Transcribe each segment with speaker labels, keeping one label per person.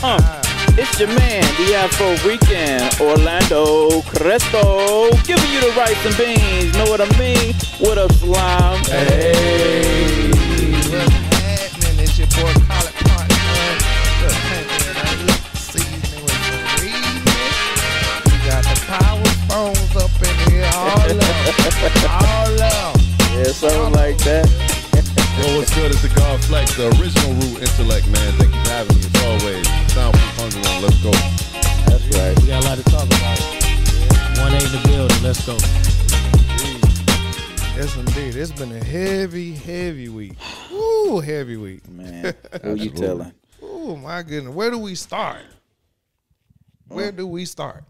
Speaker 1: Uh.
Speaker 2: it's your man, the Afro Weekend, Orlando Crespo, giving you the rice and beans. Know what I mean? What up, slime?
Speaker 1: Hey.
Speaker 3: What's happening? It's your boy Colin Parton. What's happening? I look seasoning with some remix. We got the power phones up in here, all up, all up.
Speaker 2: Yeah, something like that.
Speaker 1: Yo, what's good? It's the God Flex, the original root intellect, man. Thank you for having me as always. Soundproof hunger one. Let's go.
Speaker 2: That's right.
Speaker 4: We got a lot to talk about. One eight in the building. Let's go.
Speaker 3: Yes, indeed. It's been a heavy, heavy week. Ooh, heavy week.
Speaker 2: Man, who you telling?
Speaker 3: Ooh, my goodness. Where do we start? Where do we start?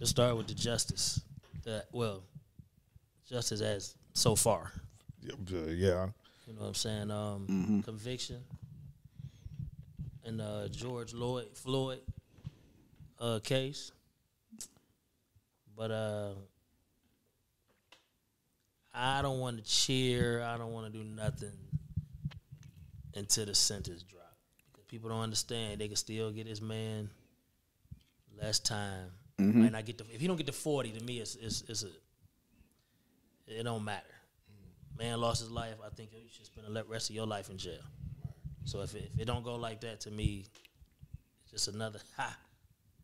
Speaker 4: Let's start with the justice. The, well, justice as so far.
Speaker 3: Yeah.
Speaker 4: You know what I'm saying? Um, Conviction in uh, George Lloyd Floyd uh, case, but uh, I don't want to cheer. I don't want to do nothing until the sentence drop. If people don't understand. They can still get this man less time. Might not get the if he don't get the forty. To me, it's it's, it's a it don't matter man lost his life, I think you should spend the le- rest of your life in jail. So if it, if it don't go like that to me, it's just another ha.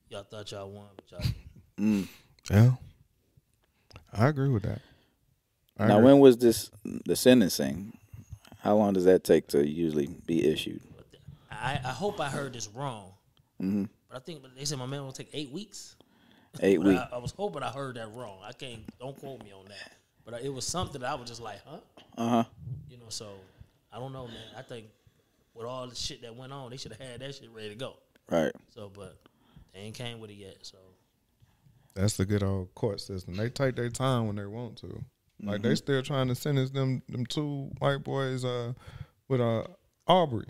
Speaker 4: Y'all thought y'all won, but y'all didn't."
Speaker 3: Yeah. I agree with that. I
Speaker 2: Now,
Speaker 3: agree.
Speaker 2: when was this the sentencing? How long does that take to usually be issued?
Speaker 4: But th- I, I hope I heard this wrong. But I think but they said my man will take eight weeks.
Speaker 1: Uh,
Speaker 2: Eight
Speaker 4: But
Speaker 2: weeks.
Speaker 4: I, I was hoping I heard that wrong. I can't. Don't quote me on that. But I, it was something that I was just like, huh?
Speaker 2: Uh huh.
Speaker 4: You know. So I don't know, man. I think with all the shit that went on, they should have had that shit ready to go.
Speaker 2: Right.
Speaker 4: So, but they ain't came with it yet. So
Speaker 3: That's the good old court system. They take their time when they want to. Like
Speaker 1: Mm-hmm.
Speaker 3: they still trying to sentence them them two white boys uh with uh Aubrey.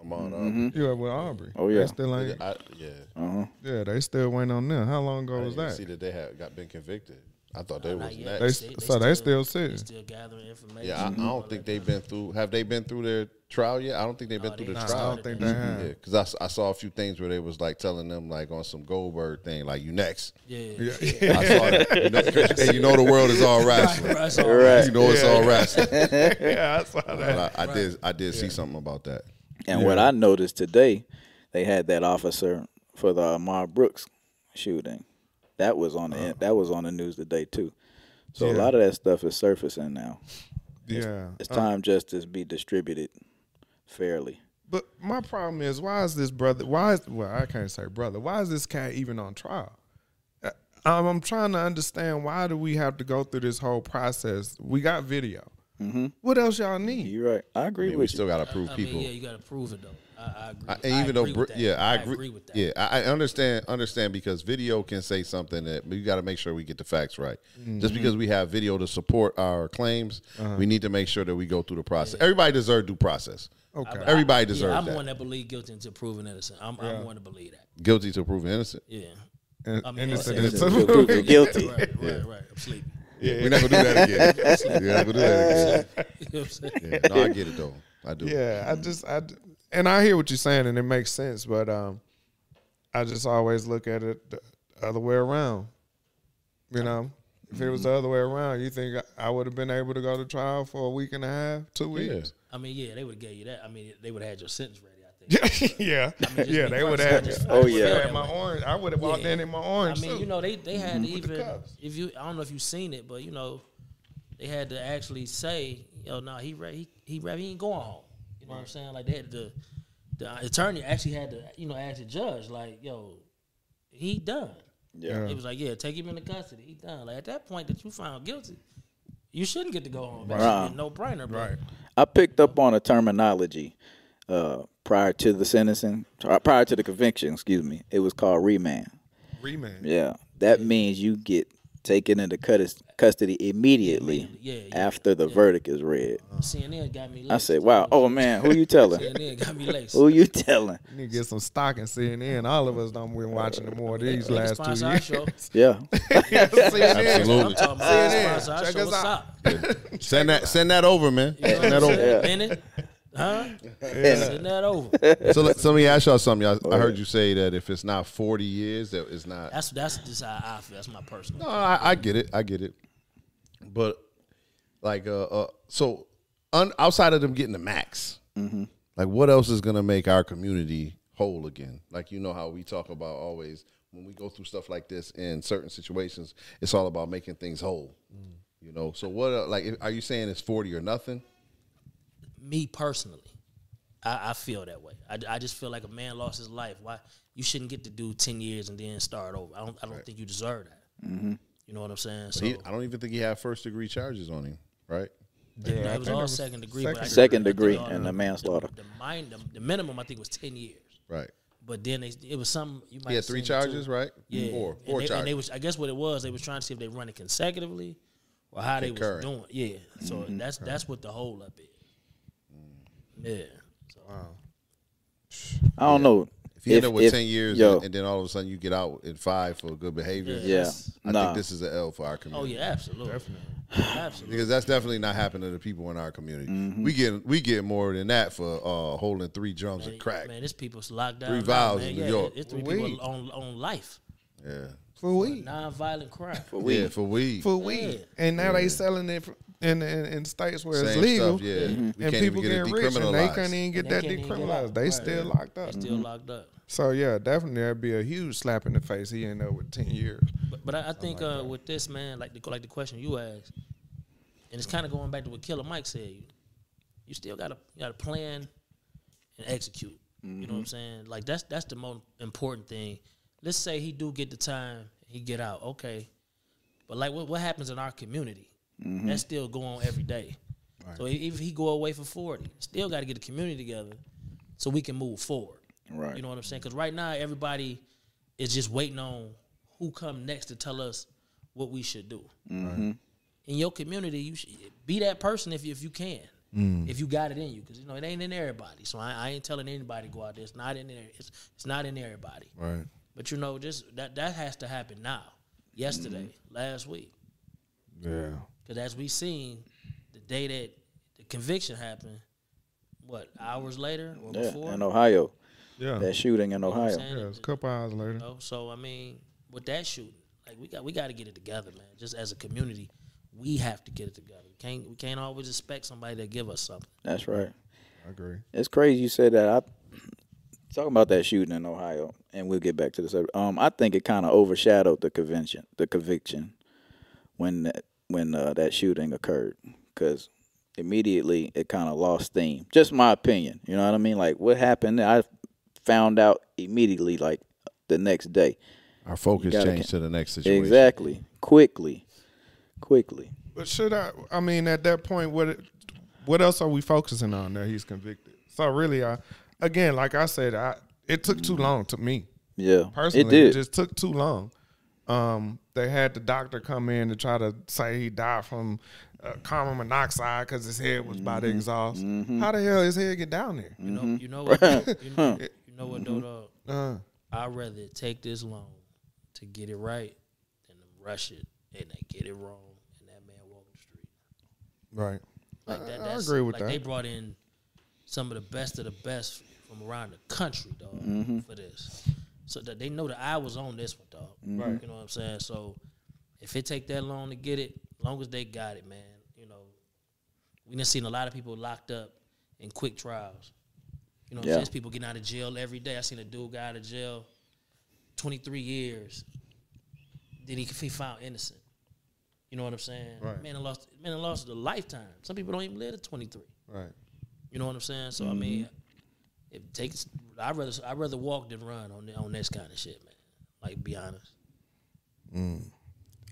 Speaker 1: I'm on up.
Speaker 4: Mm-hmm.
Speaker 3: Yeah, with Aubrey.
Speaker 2: Oh, yeah.
Speaker 3: They still ain't,
Speaker 1: I, yeah.
Speaker 2: Uh-huh.
Speaker 3: yeah, they still went on there. How long ago
Speaker 1: I
Speaker 3: was
Speaker 1: didn't
Speaker 3: that?
Speaker 1: see that they had got been convicted. I thought they
Speaker 4: not
Speaker 1: was
Speaker 4: yet.
Speaker 3: They,
Speaker 1: next.
Speaker 3: s-
Speaker 4: They- they
Speaker 3: so they still
Speaker 4: still-
Speaker 3: sitting.
Speaker 4: They still gathering information.
Speaker 1: Yeah, I, I don't think they've been through. Have they been through their trial yet? I don't think they've been
Speaker 4: No,
Speaker 1: through
Speaker 4: Oh, they
Speaker 1: the
Speaker 4: haven't
Speaker 1: trial.
Speaker 3: I don't think they have.
Speaker 1: Yeah, because I, s- I saw a few things where they was like telling them like on some Goldberg thing, like you next.
Speaker 4: Yeah.
Speaker 1: I saw that. You know, and you know the world is all rational.
Speaker 4: Right, so-
Speaker 1: You know it's all rational.
Speaker 3: yeah, I saw
Speaker 1: But I, I did I did see something about that.
Speaker 2: And what I noticed today, they had that officer for the Ahmar Brooks shooting. That was on the that was on the news today too. So a lot of that stuff is surfacing now.
Speaker 3: Yeah.
Speaker 2: It's time justice be distributed fairly.
Speaker 3: But my problem is, why is this brother? Why is well, I can't say brother. Why is this cat even on trial? Uh, I'm, I'm trying to understand why do we have to go through this whole process? We got video.
Speaker 1: Mm-hmm.
Speaker 3: What else y'all need?
Speaker 2: You're right. I agree
Speaker 1: Yeah, we
Speaker 2: with you.
Speaker 1: still gotta prove
Speaker 4: I
Speaker 1: people.
Speaker 4: mean, yeah, you gotta prove it though. I, I agree.
Speaker 1: I,
Speaker 4: with-
Speaker 1: and
Speaker 4: I
Speaker 1: even
Speaker 4: agree
Speaker 1: though,
Speaker 4: with
Speaker 1: br-
Speaker 4: that.
Speaker 1: yeah, I agree,
Speaker 4: agree. with that.
Speaker 1: Yeah, I, I understand, understand because video can say something that, but you got to make sure we get the facts right.
Speaker 3: Mm-hmm.
Speaker 1: Just because we have video to support our claims,
Speaker 3: Uh-huh.
Speaker 1: we need to make sure that we go through the process. Everybody deserves due process.
Speaker 3: Okay.
Speaker 1: everybody
Speaker 4: Yeah,
Speaker 1: deserves
Speaker 4: I'm
Speaker 1: that.
Speaker 4: one that believe guilty until proven innocent. I'm, I'm one to believe that.
Speaker 1: Guilty to proven innocent.
Speaker 4: Yeah.
Speaker 3: And,
Speaker 4: I mean,
Speaker 3: innocent
Speaker 4: innocent
Speaker 3: until
Speaker 2: You're guilty. guilty.
Speaker 4: Right, right, right. I'm sleeping.
Speaker 1: We're not gonna do that again. We're not gonna do that
Speaker 4: You know what I'm saying?
Speaker 1: again. Yeah, no, I get it though. I do.
Speaker 3: Yeah,
Speaker 4: Mm.
Speaker 3: I just I d- and I hear what you're saying, and it makes sense. But um, I just always look at it the other way around. You know, if it was
Speaker 4: Mm.
Speaker 3: the other way around, you think I- I would have been able to go to trial for a week and a half, two
Speaker 1: Yeah.
Speaker 3: weeks?
Speaker 4: I mean, yeah, they would have gave you that. I mean, they would have had your sentence ready. I think.
Speaker 3: Yeah, yeah,
Speaker 4: mean, just
Speaker 3: yeah.
Speaker 4: be
Speaker 3: They would
Speaker 4: honest,
Speaker 3: have.
Speaker 4: I just-
Speaker 2: Oh,
Speaker 4: I just
Speaker 2: yeah.
Speaker 4: feel
Speaker 3: had
Speaker 4: that
Speaker 3: my
Speaker 4: way.
Speaker 3: orange. I would have walked
Speaker 4: Yeah.
Speaker 3: in in my orange.
Speaker 4: I mean,
Speaker 3: suit.
Speaker 4: you know, they they
Speaker 2: Mm-hmm.
Speaker 4: had to even
Speaker 3: cuffs.
Speaker 4: if you I don't know if you've seen it, but you know, they had to actually say, yo, no, he re- he he re- he ain't going home. You know what I'm saying? Like they had to, the attorney actually had to, you know, ask the judge, like, yo, he done.
Speaker 2: Yeah.
Speaker 4: It was like, yeah, take him into custody. He done. Like at that point that you found guilty, you shouldn't get to go home. That should be a no brainer, bro.
Speaker 3: Right.
Speaker 2: I picked up on a terminology uh, prior to the sentencing, uh, prior to the conviction. Excuse me. It was called remand.
Speaker 3: remand.
Speaker 2: Yeah, that means you get taken into cus- custody immediately
Speaker 4: Yeah, yeah.
Speaker 2: after the verdict is read.
Speaker 4: CNN got me. Laced.
Speaker 2: I said, "Wow, oh man, who you telling?
Speaker 4: CNN got me laced.
Speaker 2: who you telling?"
Speaker 3: You need to get some stock in CNN. All of us done been watching it more these
Speaker 4: They can
Speaker 3: last
Speaker 4: sponsor
Speaker 3: two
Speaker 4: our
Speaker 3: years.
Speaker 4: show.
Speaker 2: Yeah,
Speaker 3: CNN.
Speaker 4: I'm
Speaker 1: Absolutely.
Speaker 4: talking about they
Speaker 3: CNN.
Speaker 4: sponsor our
Speaker 3: Check
Speaker 4: show.
Speaker 3: us
Speaker 4: What's
Speaker 3: out.
Speaker 4: up?
Speaker 1: Send that. Send that over, man. Send that over.
Speaker 4: Bennett. Huh? Send that over.
Speaker 1: So let, so let me ask y'all something. Y'all, I heard you say that if it's not forty years, that it's not.
Speaker 4: That's that's just how I feel. That's my personal.
Speaker 1: No, I, I get it. I get it. But like, uh, uh so un, outside of them getting the max, like, what else is gonna make our community whole again? Like, you know how we talk about always when we go through stuff like this in certain situations, it's all about making things whole. You know. So what? Uh, like, if- are you saying it's forty or nothing?
Speaker 4: me personally, I, I feel that way. I, I just feel like a man lost his life. Why you shouldn't get to do ten years and then start over? I don't. I don't think you deserve that.
Speaker 2: Mm-hmm.
Speaker 4: You know what I'm saying? So
Speaker 1: He, I don't even think he had first degree charges on him, right?
Speaker 4: yeah, it was all second degree. but I
Speaker 3: second-
Speaker 4: just
Speaker 2: Second
Speaker 4: remember
Speaker 2: degree
Speaker 4: they all-
Speaker 2: and the manslaughter.
Speaker 4: The, min- the, the minimum I think was ten years.
Speaker 1: Right.
Speaker 4: But then they, it was some. You might
Speaker 1: He had
Speaker 4: have
Speaker 1: three
Speaker 4: seen it too.
Speaker 1: charges, right?
Speaker 4: Yeah,
Speaker 1: Four.
Speaker 4: And
Speaker 1: Four
Speaker 4: they,
Speaker 1: charges.
Speaker 4: And they was, I guess what it was, they was trying to see if they run it consecutively or how they was
Speaker 1: Concurrent. Mm-hmm.
Speaker 4: doing. Yeah, so that's that's what the whole up is.
Speaker 1: Mm.
Speaker 4: Yeah. So,
Speaker 2: I don't know.
Speaker 1: If you end up with ten years
Speaker 2: yo,
Speaker 1: and, and then all of a sudden you get out in five for good behavior,
Speaker 4: Yeah.
Speaker 2: yeah,
Speaker 1: I
Speaker 2: nah,
Speaker 1: think this is an L for our community.
Speaker 4: oh yeah, absolutely, definitely, absolutely.
Speaker 1: Because that's definitely not happening to the people in our community. We get we get more than that for uh, holding three drums of crack.
Speaker 4: Man, this people's locked down.
Speaker 1: Three
Speaker 4: now,
Speaker 1: vials
Speaker 4: man.
Speaker 1: in
Speaker 4: yeah,
Speaker 1: New York.
Speaker 4: it- It's three
Speaker 3: Weed.
Speaker 4: people on on life,
Speaker 1: Yeah,
Speaker 3: for weed,
Speaker 4: non-violent crime.
Speaker 2: but we
Speaker 1: yeah, for weed,
Speaker 3: for weed,
Speaker 4: Yeah.
Speaker 3: and now they selling it in, in in states where
Speaker 1: same
Speaker 3: it's legal.
Speaker 1: stuff. Yeah, we
Speaker 3: and
Speaker 1: can't
Speaker 3: people
Speaker 1: even get it
Speaker 3: getting rich, and they can't
Speaker 1: decriminalized.
Speaker 3: even get
Speaker 4: They
Speaker 3: that
Speaker 4: can't even get
Speaker 3: decriminalized.
Speaker 4: out.
Speaker 3: They
Speaker 4: Right.
Speaker 3: still locked
Speaker 4: They
Speaker 3: up.
Speaker 4: still locked up.
Speaker 3: So yeah, definitely that'd be a huge slap in the face. He ended up with ten years.
Speaker 4: But, but I, I think uh, with this man, like the like the question you asked, and it's kind of going back to what Killer Mike said. You, you still got to got to plan and execute. You know what I'm saying? Like that's that's the most important thing. Let's say he do get the time, he get out, okay. But like what what happens in our community? That's still going on every day. So if if he go away for 40, still got to get the community together so we can move forward.
Speaker 2: Right.
Speaker 4: You know what I'm saying? Because right now everybody is just waiting on who come next to tell us what we should do. In your community, you should be that person if you, if you can,
Speaker 2: Mm.
Speaker 4: if you got it in you, because you know it ain't in everybody. So I, I ain't telling anybody go out there. It's not in there. It's it's not in everybody.
Speaker 1: Right.
Speaker 4: But you know, just that that has to happen now. Yesterday,
Speaker 2: Mm-hmm.
Speaker 4: last week,
Speaker 3: Yeah.
Speaker 4: because as we seen, the day that the conviction happened, what hours later or before?
Speaker 2: yeah, in Ohio,
Speaker 3: Yeah.
Speaker 2: that shooting in
Speaker 4: You know what I'm
Speaker 2: Ohio.
Speaker 4: saying?
Speaker 3: yeah. It was a couple hours later.
Speaker 4: know? So I mean, with that shooting, like we got we got to get it together, man. Just as a community, we have to get it together. We can't we can't always expect somebody to give us something.
Speaker 2: That's right.
Speaker 3: I agree.
Speaker 2: It's crazy you said that. I talking about that shooting in Ohio, and we'll get back to the subject. Um, I think it kind of overshadowed the convention, the conviction, when that, when uh, that shooting occurred, because immediately it kind of lost steam. Just my opinion, you know what I mean? Like what happened, I found out immediately, like the next day.
Speaker 1: Our focus
Speaker 2: gotta
Speaker 1: changed
Speaker 2: ca-
Speaker 1: to the next situation.
Speaker 2: Exactly, quickly, quickly.
Speaker 3: But should I? I mean, at that point, what what else are we focusing on that he's convicted? So really, I again, like I said, I it took too long to me
Speaker 2: Yeah,
Speaker 3: personally.
Speaker 2: it
Speaker 3: It,
Speaker 2: did.
Speaker 3: just took too long. Um, they had the doctor come in to try to say he died from uh, carbon monoxide because his head was by the exhaust. How the hell his head get down there?
Speaker 4: You know, you know what, you know, you know what though, dog?
Speaker 3: Uh,
Speaker 4: I'd rather it take this long to get it right than to rush it and they get it wrong and that man walk the street.
Speaker 3: right.
Speaker 4: Like that,
Speaker 3: I- I
Speaker 4: that's,
Speaker 3: agree with
Speaker 4: like
Speaker 3: that.
Speaker 4: They brought in some of the best of the best from around the country, dog, for this, so that they know that I was on this one, dog.
Speaker 3: Right.
Speaker 4: You know what I'm saying? So if it take that long to get it, long as they got it, man, you know, we done seen a lot of people locked up in quick trials. You know, what I'm
Speaker 2: Yeah.
Speaker 4: saying? It's people getting out of jail every day. I seen a dude got out of jail, 23 years. Then he he found innocent. You know what I'm saying?
Speaker 3: Right.
Speaker 4: Man, I lost man, I lost a lifetime. Some people don't even live to 23.
Speaker 3: Right.
Speaker 4: You know what I'm saying? So I mean,
Speaker 2: Mm-hmm.
Speaker 4: it takes. I rather I rather walk than run on on this kind of shit, man. Like be honest.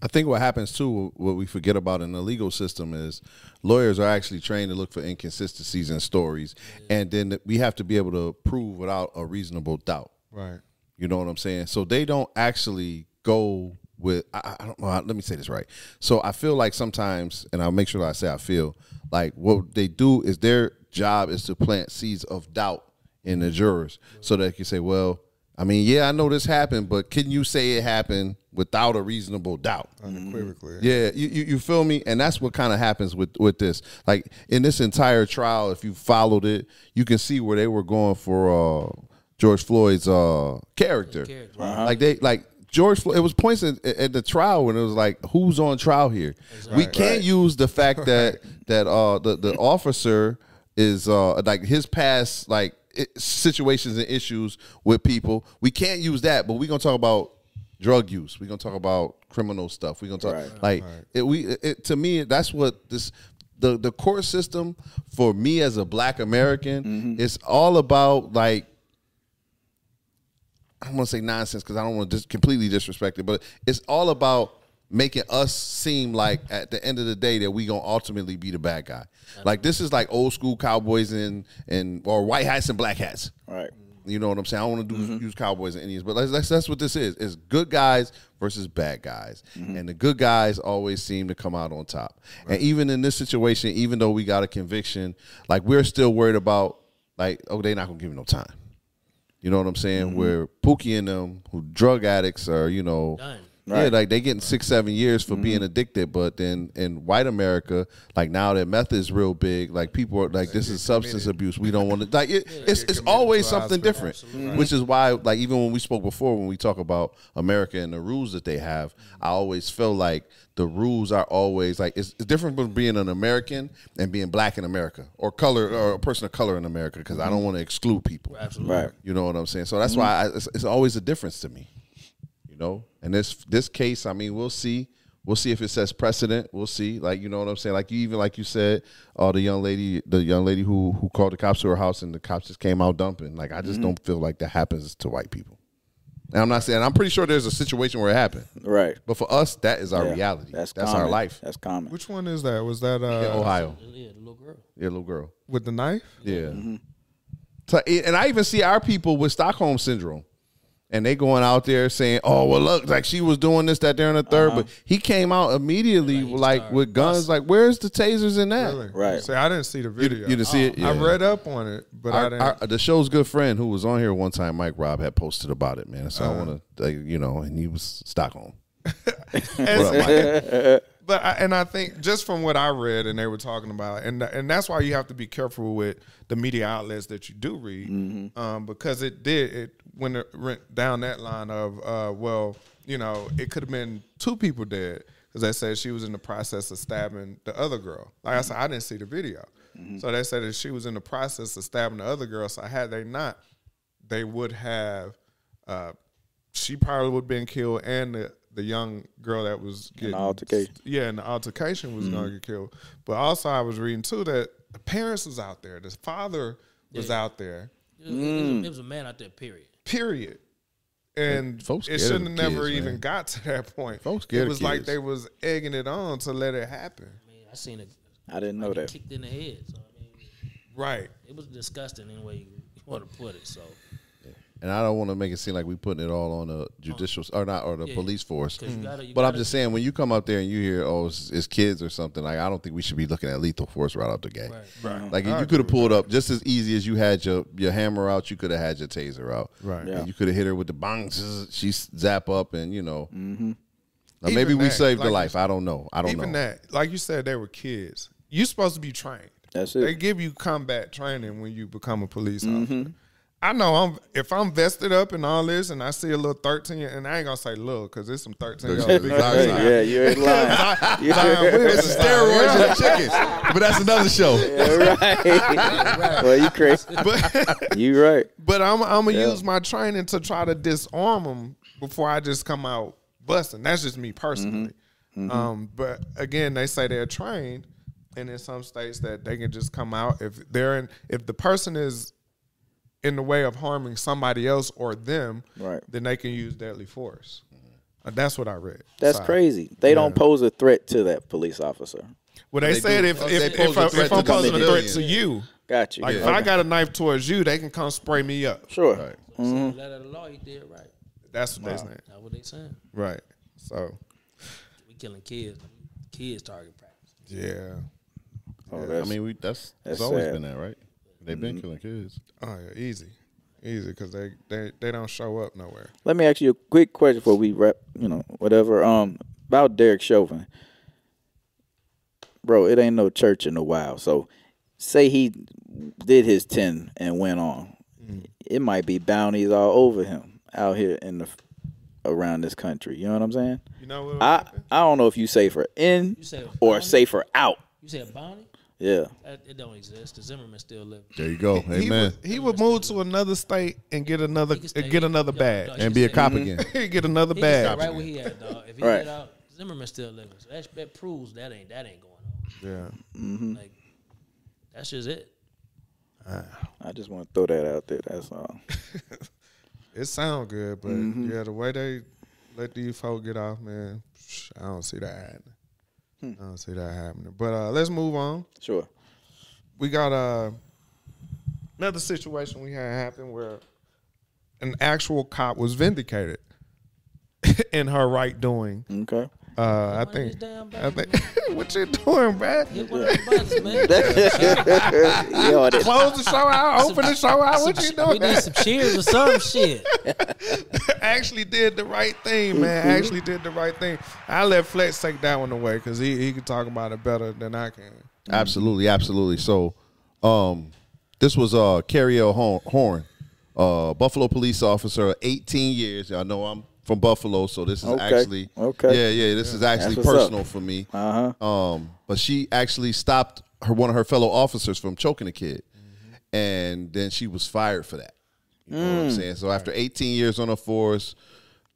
Speaker 1: I think what happens too, what we forget about in the legal system is lawyers are actually trained to look for inconsistencies in stories, and then we have to be able to prove without a reasonable doubt.
Speaker 3: Right.
Speaker 1: You know what I'm saying? So they don't actually go with. I, I- I don't know. Let me say this right. So I feel like sometimes, and I'll make sure that I say I feel like what they do is their job is to plant seeds of doubt in the jurors, so they can say, "Well, I mean, yeah, I know this happened, but can you say it happened without a reasonable doubt?
Speaker 3: unequivocally.
Speaker 1: Yeah, you, you, you feel me? And that's what kind of happens with, with this. Like in this entire trial, if you followed it, you can see where they were going for uh, George Floyd's uh, character.
Speaker 4: Character.
Speaker 1: Like they like George Floyd. It was points at, at the trial when it was like, who's on trial here? we can't use the fact that that uh, the the officer is uh, like his past like i situations and issues with people. We can't use that, but we're gonna talk about drug use. We're gonna talk about criminal stuff. We're gonna talk
Speaker 2: Right.
Speaker 1: like it, we. It, to me, that's what this the the court system for me as a Black American. It's all about like I don't want to say nonsense because I don't want to just completely disrespect it, but it's all about making us seem like at the end of the day that we gonna ultimately be the bad guy. Like this is like old school cowboys and and or white hats and black hats.
Speaker 2: Right.
Speaker 1: You know what I'm saying? I don't want to do use cowboys and Indians, but that's, that's that's what this is. It's good guys versus bad guys, and the good guys always seem to come out on top. And even in this situation, even though we got a conviction, like we're still worried about like oh they're not gonna give me no time. You know what I'm saying? Where Pookie and them, who drug addicts are, you know,
Speaker 4: Done.
Speaker 1: yeah, like they getting six, seven years for being
Speaker 3: Mm-hmm.
Speaker 1: addicted. But then in white America, like now that meth is real big, like people are like, this is substance abuse. We don't want to like it, it's it's always
Speaker 3: to our
Speaker 1: something
Speaker 3: hospital.
Speaker 1: different, which is why like even when we spoke before, when we talk about America and the rules that they have, I always feel like the rules are always like it's, it's different from being an American and being black in America or color or a person of color in America because I don't
Speaker 3: Mm-hmm.
Speaker 1: want to exclude people.
Speaker 4: Absolutely.
Speaker 2: Right.
Speaker 1: You know what I'm saying? So
Speaker 2: Mm-hmm.
Speaker 1: that's why I, it's, it's always a difference to me. You know, and this this case, I mean, we'll see. We'll see if it sets precedent. We'll see. Like you know what I'm saying. Like you even like you said, uh, the young lady, the young lady who who called the cops to her house and the cops just came out dumping. Like I
Speaker 2: Mm-hmm.
Speaker 1: just don't feel like that happens to white people. And I'm not saying I'm pretty sure there's a situation where it happened,
Speaker 2: Right.
Speaker 1: but for us, that is our
Speaker 2: Yeah.
Speaker 1: reality. That's, our
Speaker 2: common.
Speaker 1: life.
Speaker 2: That's common.
Speaker 3: Which one is that? Was that
Speaker 1: in
Speaker 3: uh,
Speaker 1: Ohio,
Speaker 4: Yeah, the little girl.
Speaker 1: yeah, little girl.
Speaker 3: with the knife?
Speaker 1: Yeah.
Speaker 3: Mm-hmm.
Speaker 1: So, it- and I even see our people with Stockholm syndrome. And they going out there saying, "Oh well, look, like she was doing this, that, there, and the 3rd
Speaker 3: Uh-huh.
Speaker 1: But he came out immediately, like, with guns. Like, where's the tasers in that?
Speaker 3: Really?
Speaker 2: Right.
Speaker 3: See, I didn't see the video.
Speaker 1: You didn't see it?
Speaker 3: I read up on it, but I
Speaker 1: Our,
Speaker 3: didn't.
Speaker 1: our, the show's good friend who was on here one time, Mike Rob, had posted about it, man.
Speaker 3: Uh-huh.
Speaker 1: So I want to, like, you know, and he was Stockholm.
Speaker 3: And-
Speaker 1: What up, Mike?
Speaker 3: but I, and I think just from what I read and they were talking about, and and that's why you have to be careful with the media outlets that you do read,
Speaker 1: Mm-hmm.
Speaker 3: um, because it did it when it went down that line of uh, well, you know, it could have been two people dead because they said she was in the process of stabbing the other girl. Like I said, I didn't see the video,
Speaker 1: Mm-hmm.
Speaker 3: so they said that she was in the process of stabbing the other girl. So had they not, they would have. Uh, she probably would have been killed, and the, the young girl that was getting
Speaker 2: altercation.
Speaker 3: yeah, and the altercation was
Speaker 1: Mm-hmm.
Speaker 3: gonna get killed. But also, I was reading too that the parents was out there, the father was out there.
Speaker 4: It was, it,
Speaker 2: Mm.
Speaker 4: was, it was a man out there, period.
Speaker 3: Period. And
Speaker 1: folks
Speaker 3: it
Speaker 1: scared of
Speaker 3: should have
Speaker 1: the
Speaker 3: never
Speaker 1: kids,
Speaker 3: even
Speaker 1: man.
Speaker 3: got to that point.
Speaker 1: Folks scared
Speaker 3: it
Speaker 1: of
Speaker 3: was like
Speaker 1: kids.
Speaker 3: they was egging it on to let it happen.
Speaker 4: I mean, I seen it
Speaker 2: I didn't know that.
Speaker 4: kicked in the head. So, I mean,
Speaker 3: Right.
Speaker 4: it was disgusting any way you, you want to put it. So,
Speaker 1: and I don't want to make it seem like we putting it all on the judicial or not or the
Speaker 4: yeah.
Speaker 1: police force.
Speaker 4: 'Cause you
Speaker 2: Mm.
Speaker 4: gotta- you
Speaker 1: but I'm
Speaker 4: gotta-
Speaker 1: just saying, when you come out there and you hear, oh, it's, it's kids or something, like I don't think we should be looking at lethal force right out the gate.
Speaker 3: Right.
Speaker 1: Like you could have pulled up just as easy as you had your, your hammer out, you could have had your taser out.
Speaker 3: Right.
Speaker 2: Yeah.
Speaker 1: And you could have hit her with the bong, zzz, she zap up, and you know.
Speaker 2: Mm-hmm.
Speaker 1: Now,
Speaker 3: Even
Speaker 1: maybe we
Speaker 3: that,
Speaker 1: saved her
Speaker 3: like-
Speaker 1: life. I don't know. I don't
Speaker 3: Even
Speaker 1: know.
Speaker 3: that, like you said, they were kids. You supposed to be trained.
Speaker 2: That's
Speaker 3: They
Speaker 2: it.
Speaker 3: give you combat training when you become a police officer. I know I'm if I'm vested up in all this and I see a little thirteen and I ain't gonna say little because there's some thirteen year
Speaker 1: Hey,
Speaker 3: olds.
Speaker 1: Zion-
Speaker 2: yeah, you ain't lying.
Speaker 1: It's steroids and chickens, but that's another show.
Speaker 2: right. well, you crazy. you right.
Speaker 3: But I'm I'm gonna
Speaker 2: Yeah.
Speaker 3: use my training to try to disarm them before I just come out busting. That's just me personally.
Speaker 2: Mm-hmm.
Speaker 3: Um, but again, they say they're trained, and in some states that they can just come out if they're in if the person is in the way of harming somebody else or them,
Speaker 2: Right.
Speaker 3: Then they can use deadly force. Uh, That's what I read.
Speaker 2: That's
Speaker 3: So-
Speaker 2: crazy. They don't pose a threat to that police officer.
Speaker 3: Well, they,
Speaker 1: They
Speaker 3: said
Speaker 1: do. Oh,
Speaker 3: if
Speaker 1: They
Speaker 3: if,
Speaker 1: pose
Speaker 3: if,
Speaker 1: a
Speaker 3: I,
Speaker 1: threat
Speaker 3: if
Speaker 1: to
Speaker 3: I'm posing a threat
Speaker 1: civilians.
Speaker 3: to you,
Speaker 2: Got you.
Speaker 3: like if
Speaker 2: Okay.
Speaker 3: I got a knife towards you, they can come spray me up.
Speaker 2: sure. Mm-hmm.
Speaker 4: so letter of the law, he did right.
Speaker 3: That's what they saying.
Speaker 4: That's what they saying.
Speaker 3: Right. So
Speaker 4: We killing kids. Kids target practice.
Speaker 3: yeah.
Speaker 2: Oh,
Speaker 1: I
Speaker 2: that's-
Speaker 1: mean, we, that's,
Speaker 2: That's
Speaker 1: it's always
Speaker 2: sad. Mm-hmm.
Speaker 1: been that, right? They've been killing kids.
Speaker 3: Oh yeah, easy. easy because they, they they don't show up nowhere.
Speaker 2: Let me ask you a quick question before we wrap, you know, whatever. Um, about Derek Chauvin, bro. It ain't no church in a while. So, say he did his ten and went on, it might be bounties all over him out here in the around this country. You know what I'm saying?
Speaker 3: You know what?
Speaker 2: I I don't know if you safer in
Speaker 4: You say
Speaker 2: or
Speaker 4: bounty?
Speaker 2: safer out.
Speaker 4: You said bounty?
Speaker 2: Yeah,
Speaker 4: That, it don't exist. The Zimmerman still living.
Speaker 1: There you go.
Speaker 3: he
Speaker 1: Amen.
Speaker 3: would, he would move to another state and get another
Speaker 4: He can stay-
Speaker 3: and get another
Speaker 4: yo, dog,
Speaker 3: bag.
Speaker 4: he
Speaker 1: and be a
Speaker 4: can stay-
Speaker 2: Mm-hmm.
Speaker 1: cop again.
Speaker 3: He get another
Speaker 4: He can
Speaker 3: bag.
Speaker 4: stay right where he at, dog. If he
Speaker 2: Right.
Speaker 4: get out, Zimmerman still living. So that, that proves that ain't that ain't going on.
Speaker 3: Yeah.
Speaker 2: Mm-hmm.
Speaker 4: Like that's just it.
Speaker 2: I just want to throw that out there. That's all.
Speaker 3: It sound good, but yeah, the way they let these folk get off, man, psh, I don't see that happening. I don't see that happening. But uh, let's move on.
Speaker 2: Sure.
Speaker 3: We got uh, another situation we had happen where an actual cop was vindicated in her right doing.
Speaker 2: Okay.
Speaker 3: Uh, I
Speaker 4: One of these
Speaker 3: think.
Speaker 4: damn
Speaker 3: I
Speaker 4: bodies,
Speaker 3: think. what you doing, man?
Speaker 4: Get one of the bodies, man.
Speaker 2: yeah, all that-
Speaker 3: Close the show out. Open the show out. What you
Speaker 4: we
Speaker 3: doing?
Speaker 4: need some cheers or some shit.
Speaker 3: actually did the right thing, man. Actually did the right thing. I let Flex take that one away because he he could talk about it better than I can.
Speaker 2: Mm-hmm.
Speaker 1: Absolutely, absolutely. So, um, this was uh Carrie L. Hor- Horn, uh, Buffalo police officer, eighteen years. I know I'm from Buffalo, so this is
Speaker 2: Okay,
Speaker 1: actually
Speaker 2: okay.
Speaker 1: Yeah, yeah. This is actually
Speaker 2: That's what's
Speaker 1: personal for me.
Speaker 2: uh-huh.
Speaker 1: Uh huh. Um, but she actually stopped her one of her fellow officers from choking a kid, and then she was fired for that. You know what I'm saying? So after 18 years on the force,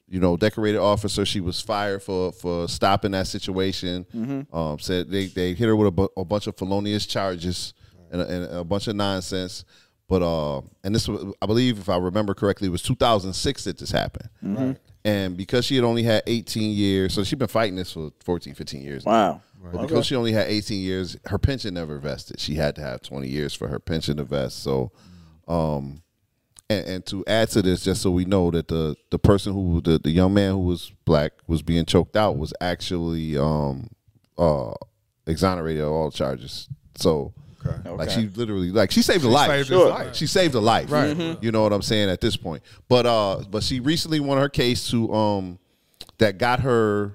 Speaker 1: you know, decorated officer, she was fired for for stopping that situation. Um, said they, they hit her with a, bu- a bunch of felonious charges and a, and a bunch of nonsense. But uh, and this was, I believe, if I remember correctly, it was 2006 that this happened. And because she had only had 18 years, so she'd been fighting this for 14, 15 years. now.
Speaker 2: Wow.
Speaker 1: But because she only had 18 years, her pension never vested. She had to have 20 years for her pension to vest. So, um, and, and to add to this, just so we know that the the person who the, the young man who was black was being choked out was actually um, uh, exonerated of all charges. So, like she literally like she saved a life.
Speaker 3: saved his
Speaker 2: Sure.
Speaker 3: life.
Speaker 1: She saved a life.
Speaker 3: Right.
Speaker 1: You know what I'm saying at this point. But uh, but she recently won her case to um, that got her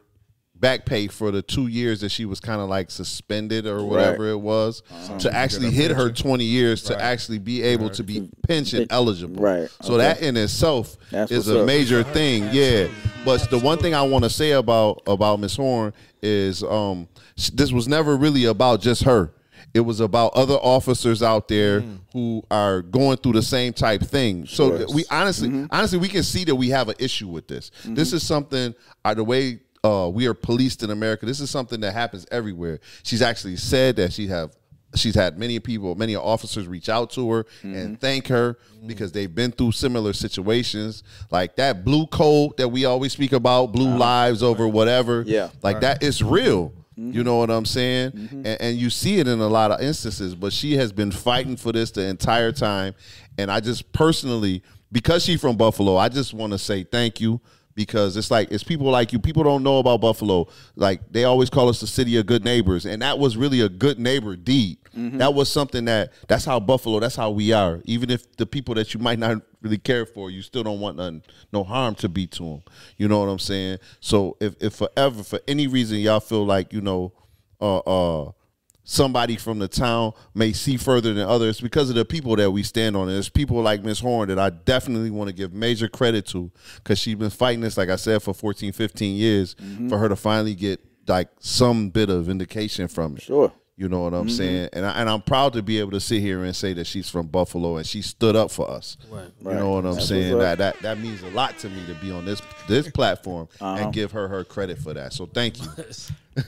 Speaker 1: back pay for the two years that she was kind of like suspended or whatever it was
Speaker 2: Uh-huh.
Speaker 1: to actually hit her 20 years to actually be able to be pension eligible.
Speaker 2: Right.
Speaker 1: So that in itself
Speaker 2: That's
Speaker 1: is
Speaker 2: what's
Speaker 1: a
Speaker 2: up.
Speaker 1: major thing. Yeah. But the one thing I want to say about about Miss Horn is um, sh- this was never really about just her. It was about other officers out there who are going through the same type thing. So th- we honestly, honestly, we can see that we have an issue with this. This is something uh, the way uh, we are policed in America. This is something that happens everywhere. She's actually said that she have she's had many people, many officers reach out to her and thank her because they've been through similar situations like that blue code that we always speak about, blue lives over whatever.
Speaker 2: Yeah.
Speaker 1: like that is real. You know what I'm saying? And, and you see it in a lot of instances. But she has been fighting for this the entire time, and I just personally, because she's from Buffalo, I just want to say thank you. Because it's like it's people like you. People don't know about Buffalo. Like they always call us the city of good neighbors, and that was really a good neighbor deed. Mm-hmm. That was something that that's how Buffalo. That's how we are. Even if the people that you might not really care for, you still don't want nothing, no harm to be to them. You know what I'm saying? So if if forever for any reason y'all feel like you know, uh, uh, somebody from the town may see further than others because of the people that we stand on. And there's people like Miss Horn that I definitely want to give major credit to because she's been fighting this, like I said, for 14, 15 years for her to finally get like some bit of indication from it.
Speaker 2: Sure.
Speaker 1: You know what I'm saying? And I, and I'm proud to be able to sit here and say that she's from Buffalo and she stood up for us.
Speaker 4: Right.
Speaker 1: You know what I'm
Speaker 2: That's
Speaker 1: saying?
Speaker 2: what's
Speaker 1: That,
Speaker 2: up.
Speaker 1: that that means a lot to me to be on this this platform and give her her credit for that. So thank you.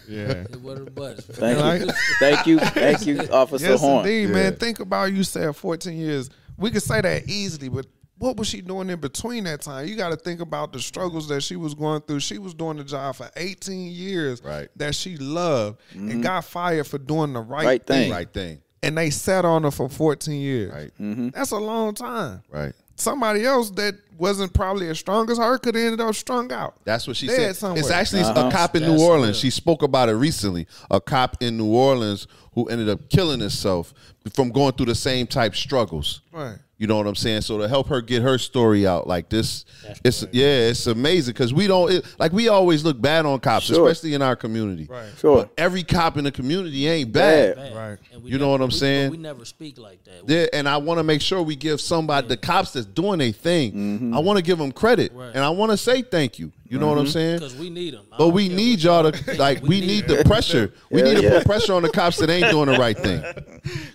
Speaker 3: Yeah.
Speaker 4: It was a bus.
Speaker 2: Thank you. Thank you. Thank you, Officer
Speaker 3: yes,
Speaker 2: Horn.
Speaker 3: indeed, man. Think about you said 14 years. We could say that easily, but what was she doing in between that time? You got to think about the struggles that she was going through. She was doing the job for 18 years
Speaker 1: Right.
Speaker 3: that she loved and got fired for doing the right,
Speaker 2: Right
Speaker 3: thing.
Speaker 2: thing.
Speaker 1: Right thing.
Speaker 3: And they sat on her for 14 years.
Speaker 1: Right.
Speaker 2: Mm-hmm.
Speaker 3: That's a long time.
Speaker 1: Right.
Speaker 3: Somebody else that wasn't probably as strong as her could have ended up strung out.
Speaker 1: That's what she
Speaker 3: Dead
Speaker 1: said.
Speaker 3: somewhere.
Speaker 1: It's actually a
Speaker 2: Uh-huh.
Speaker 1: cop in
Speaker 4: That's
Speaker 1: New Orleans.
Speaker 4: good.
Speaker 1: She spoke about it recently. A cop in New Orleans who ended up killing himself from going through the same type struggles.
Speaker 3: Right.
Speaker 1: You know what I'm saying? So to help her get her story out like this,
Speaker 4: That's
Speaker 1: it's
Speaker 4: great.
Speaker 1: yeah, it's amazing because we don't it, like we always look bad on cops,
Speaker 2: Sure.
Speaker 1: especially in our community.
Speaker 3: Right.
Speaker 2: Sure.
Speaker 1: But every cop in the community ain't bad.
Speaker 4: Bad.
Speaker 3: Right.
Speaker 4: And we
Speaker 1: You know what I'm
Speaker 4: we- but
Speaker 1: saying?
Speaker 4: We never speak like that.
Speaker 1: Yeah, and I want to make sure we give somebody the cops that's doing a thing.
Speaker 2: Mm-hmm.
Speaker 1: I want to give them credit,
Speaker 4: Right.
Speaker 1: and I want to say thank you. You know what I'm saying?
Speaker 4: Because we need them.
Speaker 1: But we need y'all to like. We,
Speaker 4: We
Speaker 1: need
Speaker 4: need
Speaker 1: the pressure. We
Speaker 2: Yeah,
Speaker 1: need to
Speaker 2: yeah.
Speaker 1: put pressure on the cops that ain't doing the right thing.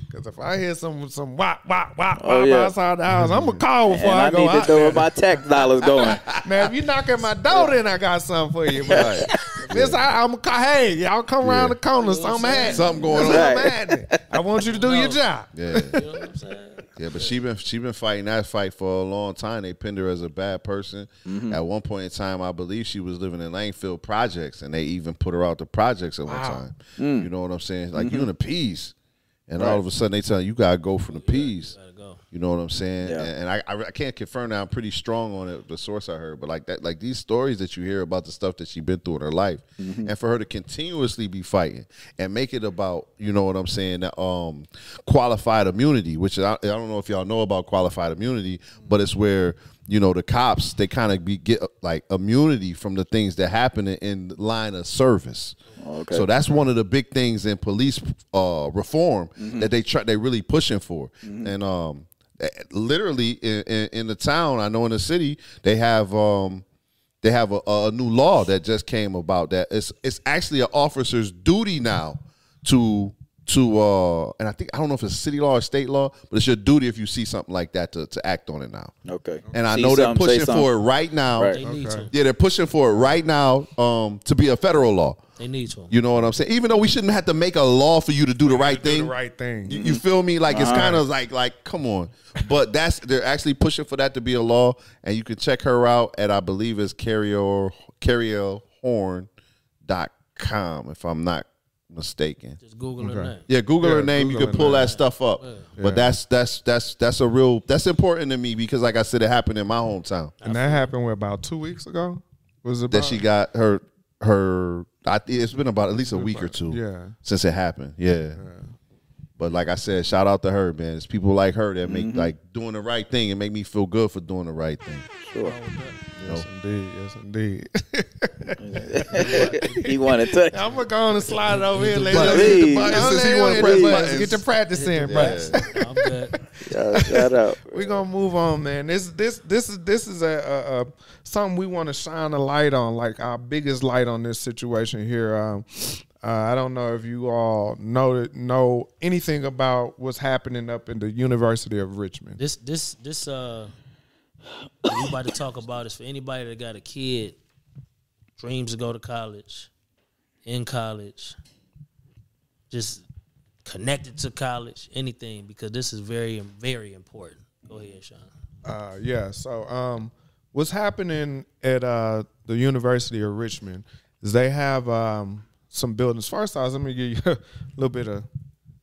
Speaker 3: Because if I hear some some wop wop wop
Speaker 2: Oh,
Speaker 3: wop
Speaker 2: yeah.
Speaker 3: outside the house,
Speaker 1: Mm-hmm.
Speaker 3: I'm gonna call before
Speaker 2: And
Speaker 3: I,
Speaker 2: I
Speaker 3: go
Speaker 2: need
Speaker 3: out
Speaker 2: to know
Speaker 3: there.
Speaker 2: where my tax dollars going.
Speaker 3: Man, if you knock at my door, then I got something for you. But if it's I, I'm ca- hey, y'all come
Speaker 1: Yeah.
Speaker 3: around the corner, something
Speaker 4: saying?
Speaker 3: happening.
Speaker 1: Something going on.
Speaker 2: Right.
Speaker 3: Something happening. I want you to do your
Speaker 4: No.
Speaker 3: job.
Speaker 1: Yeah,
Speaker 4: You know what I'm saying?
Speaker 1: yeah. But she been she been fighting that fight for a long time. They pinned her as a bad person. At one point in time, I believe she was living in Langfield projects, and they even put her out the projects at one
Speaker 3: Wow.
Speaker 1: time. You know what I'm saying? Like you in the peas, and all of a sudden they tell you you gotta go from the peas.
Speaker 4: Gotta go.
Speaker 1: You know what I'm saying?
Speaker 2: Yeah.
Speaker 1: And, and I, I I can't confirm that I'm pretty strong on it, the source I heard. But like that, like these stories that you hear about the stuff that she's been through in her life,
Speaker 2: Mm-hmm.
Speaker 1: and for her to continuously be fighting and make it about, you know what I'm saying? That, um, qualified immunity, which I, I don't know if y'all know about qualified immunity, but it's where you know the cops they kind of be get uh, like immunity from the things that happen in, in line of service.
Speaker 2: Okay.
Speaker 1: So that's one of the big things in police uh, reform that they try they really pushing for. And um, eh, literally in, in, in the town, I know in the city, they have um, they have a, a new law that just came about that it's it's actually an officer's duty now to to uh, and I think I don't know if it's city law or state law, but it's your duty if you see something like that to, to act on it now.
Speaker 2: Okay.
Speaker 1: And I
Speaker 2: See
Speaker 1: know they're
Speaker 2: something, say
Speaker 1: pushing for it right now.
Speaker 2: Right.
Speaker 4: They need to.
Speaker 1: Yeah, they're pushing for it right now um, to be a federal law.
Speaker 4: They need to.
Speaker 1: You know what I'm saying? Even though we shshouldn't have to make a law for you to do the right
Speaker 3: Do
Speaker 1: thing.
Speaker 3: the right Uh-huh. thing.
Speaker 1: You, you feel me? Like it's kind of like like come on. But that's they're actually pushing for that to be a law, and you can check her out at I believe is carrielhorn.com if I'm not mistaken.
Speaker 4: Just Google their name.
Speaker 1: Yeah, Google her
Speaker 3: Yeah,
Speaker 1: name. you
Speaker 3: Google
Speaker 1: can
Speaker 3: her
Speaker 1: pull
Speaker 3: name.
Speaker 1: that stuff up. But that's that's that's that's a real that's important to me because like I said, it happened in my hometown
Speaker 3: And that happened what, about two weeks ago. Was it
Speaker 1: that
Speaker 3: about-
Speaker 1: she got her her. I, it's been about at least a week or two.
Speaker 3: Yeah.
Speaker 1: since it happened. Yeah. But like I said, shout out to her, man. It's people like her that
Speaker 2: Mm-hmm.
Speaker 1: make like doing the right thing and make me feel good for doing the right thing.
Speaker 3: Yes, indeed. Yes, indeed.
Speaker 2: something. he wanted to.
Speaker 3: I'm gonna go on and slide it over here, ladies.
Speaker 2: Please.
Speaker 3: Get the
Speaker 1: buttons.
Speaker 3: buttons.
Speaker 1: Since he
Speaker 3: Don't
Speaker 1: wanna
Speaker 3: let
Speaker 1: press
Speaker 3: it in.
Speaker 1: buttons.
Speaker 3: Get the practice in, bro.
Speaker 4: I'm good.
Speaker 2: Yo, shout out.
Speaker 3: We're gonna move on, man. This this this is this is a, a, a something we want to shine a light on, like our biggest light on this situation here. Um, uh, I don't know if you all know know anything about what's happening up in the University of Richmond.
Speaker 4: This this this uh what we about to talk about is for anybody that got a kid, dreams to go to college, in college, just connected to college, anything, because this is very very important. Go ahead, Sean.
Speaker 3: Uh, yeah. So, um, what's happening at uh, the University of Richmond is they have um, some buildings. First, I was let me give you a little bit of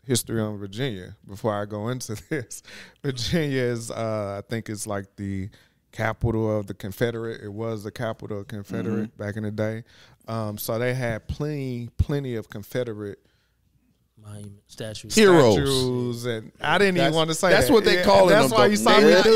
Speaker 3: history on Virginia before I go into this. Virginia is, uh, I think, it's like the capital of the Confederate. It was the capital of Confederate
Speaker 1: Mm-hmm.
Speaker 3: back in the day. Um, so they had plenty, plenty of Confederate
Speaker 4: Monument statue.
Speaker 1: Heroes.
Speaker 3: statues, and I didn't even
Speaker 1: That's-
Speaker 3: want to say
Speaker 1: that's
Speaker 3: that.
Speaker 1: what they
Speaker 3: Yeah,
Speaker 1: calling
Speaker 3: That's
Speaker 1: them,
Speaker 3: why
Speaker 1: though.
Speaker 3: you saw me do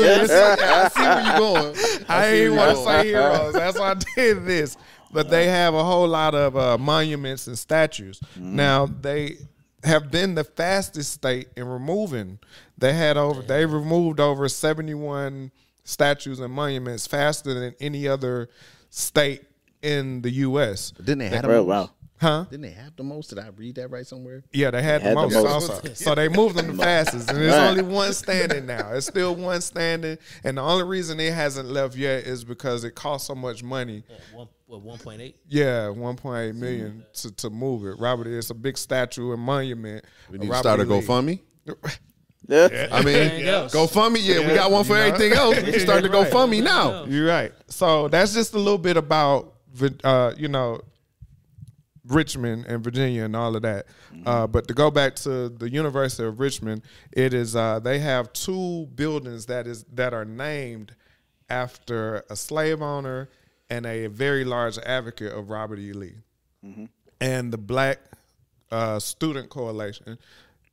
Speaker 3: this.
Speaker 1: I see where you're going.
Speaker 3: I didn't want
Speaker 1: where
Speaker 3: to
Speaker 1: you going.
Speaker 3: say heroes. That's why I did this. But they have a whole lot of uh, monuments and statues.
Speaker 2: Mm-hmm.
Speaker 3: Now they have been the fastest state in removing. They had over. They removed over seventy-one statues and monuments faster than any other state in the U.S.
Speaker 1: Didn't they have the
Speaker 2: Bro,
Speaker 1: most?
Speaker 2: wow.
Speaker 3: Huh?
Speaker 1: Didn't they have the most? Did I read that right somewhere?
Speaker 3: Yeah, they had,
Speaker 2: had
Speaker 3: the,
Speaker 2: the
Speaker 3: most
Speaker 2: most.
Speaker 3: also. So they moved them the fastest. And there's
Speaker 2: Right.
Speaker 3: only one standing now. It's still one standing. And the only reason it hasn't left yet is because it costs so much money.
Speaker 4: One, what, 1.8?
Speaker 3: Yeah, 1.8 million to, to move it. Robert, it's a big statue and monument.
Speaker 1: We need to start a GoFundMe.
Speaker 2: Yeah.
Speaker 1: I mean,
Speaker 4: Everything else.
Speaker 1: GoFundMe. Yeah, we got one for
Speaker 3: You know?
Speaker 1: everything else. We can start the
Speaker 3: Right.
Speaker 1: GoFundMe now.
Speaker 4: else.
Speaker 3: You're right. So that's just a little bit about, Vi- uh, you know, Richmond and Virginia and all of that. Uh, but to go back to the University of Richmond, it is uh, they have two buildings that is that are named after a slave owner and a very large advocate of Robert E. Lee and the Black uh, Student Coalition.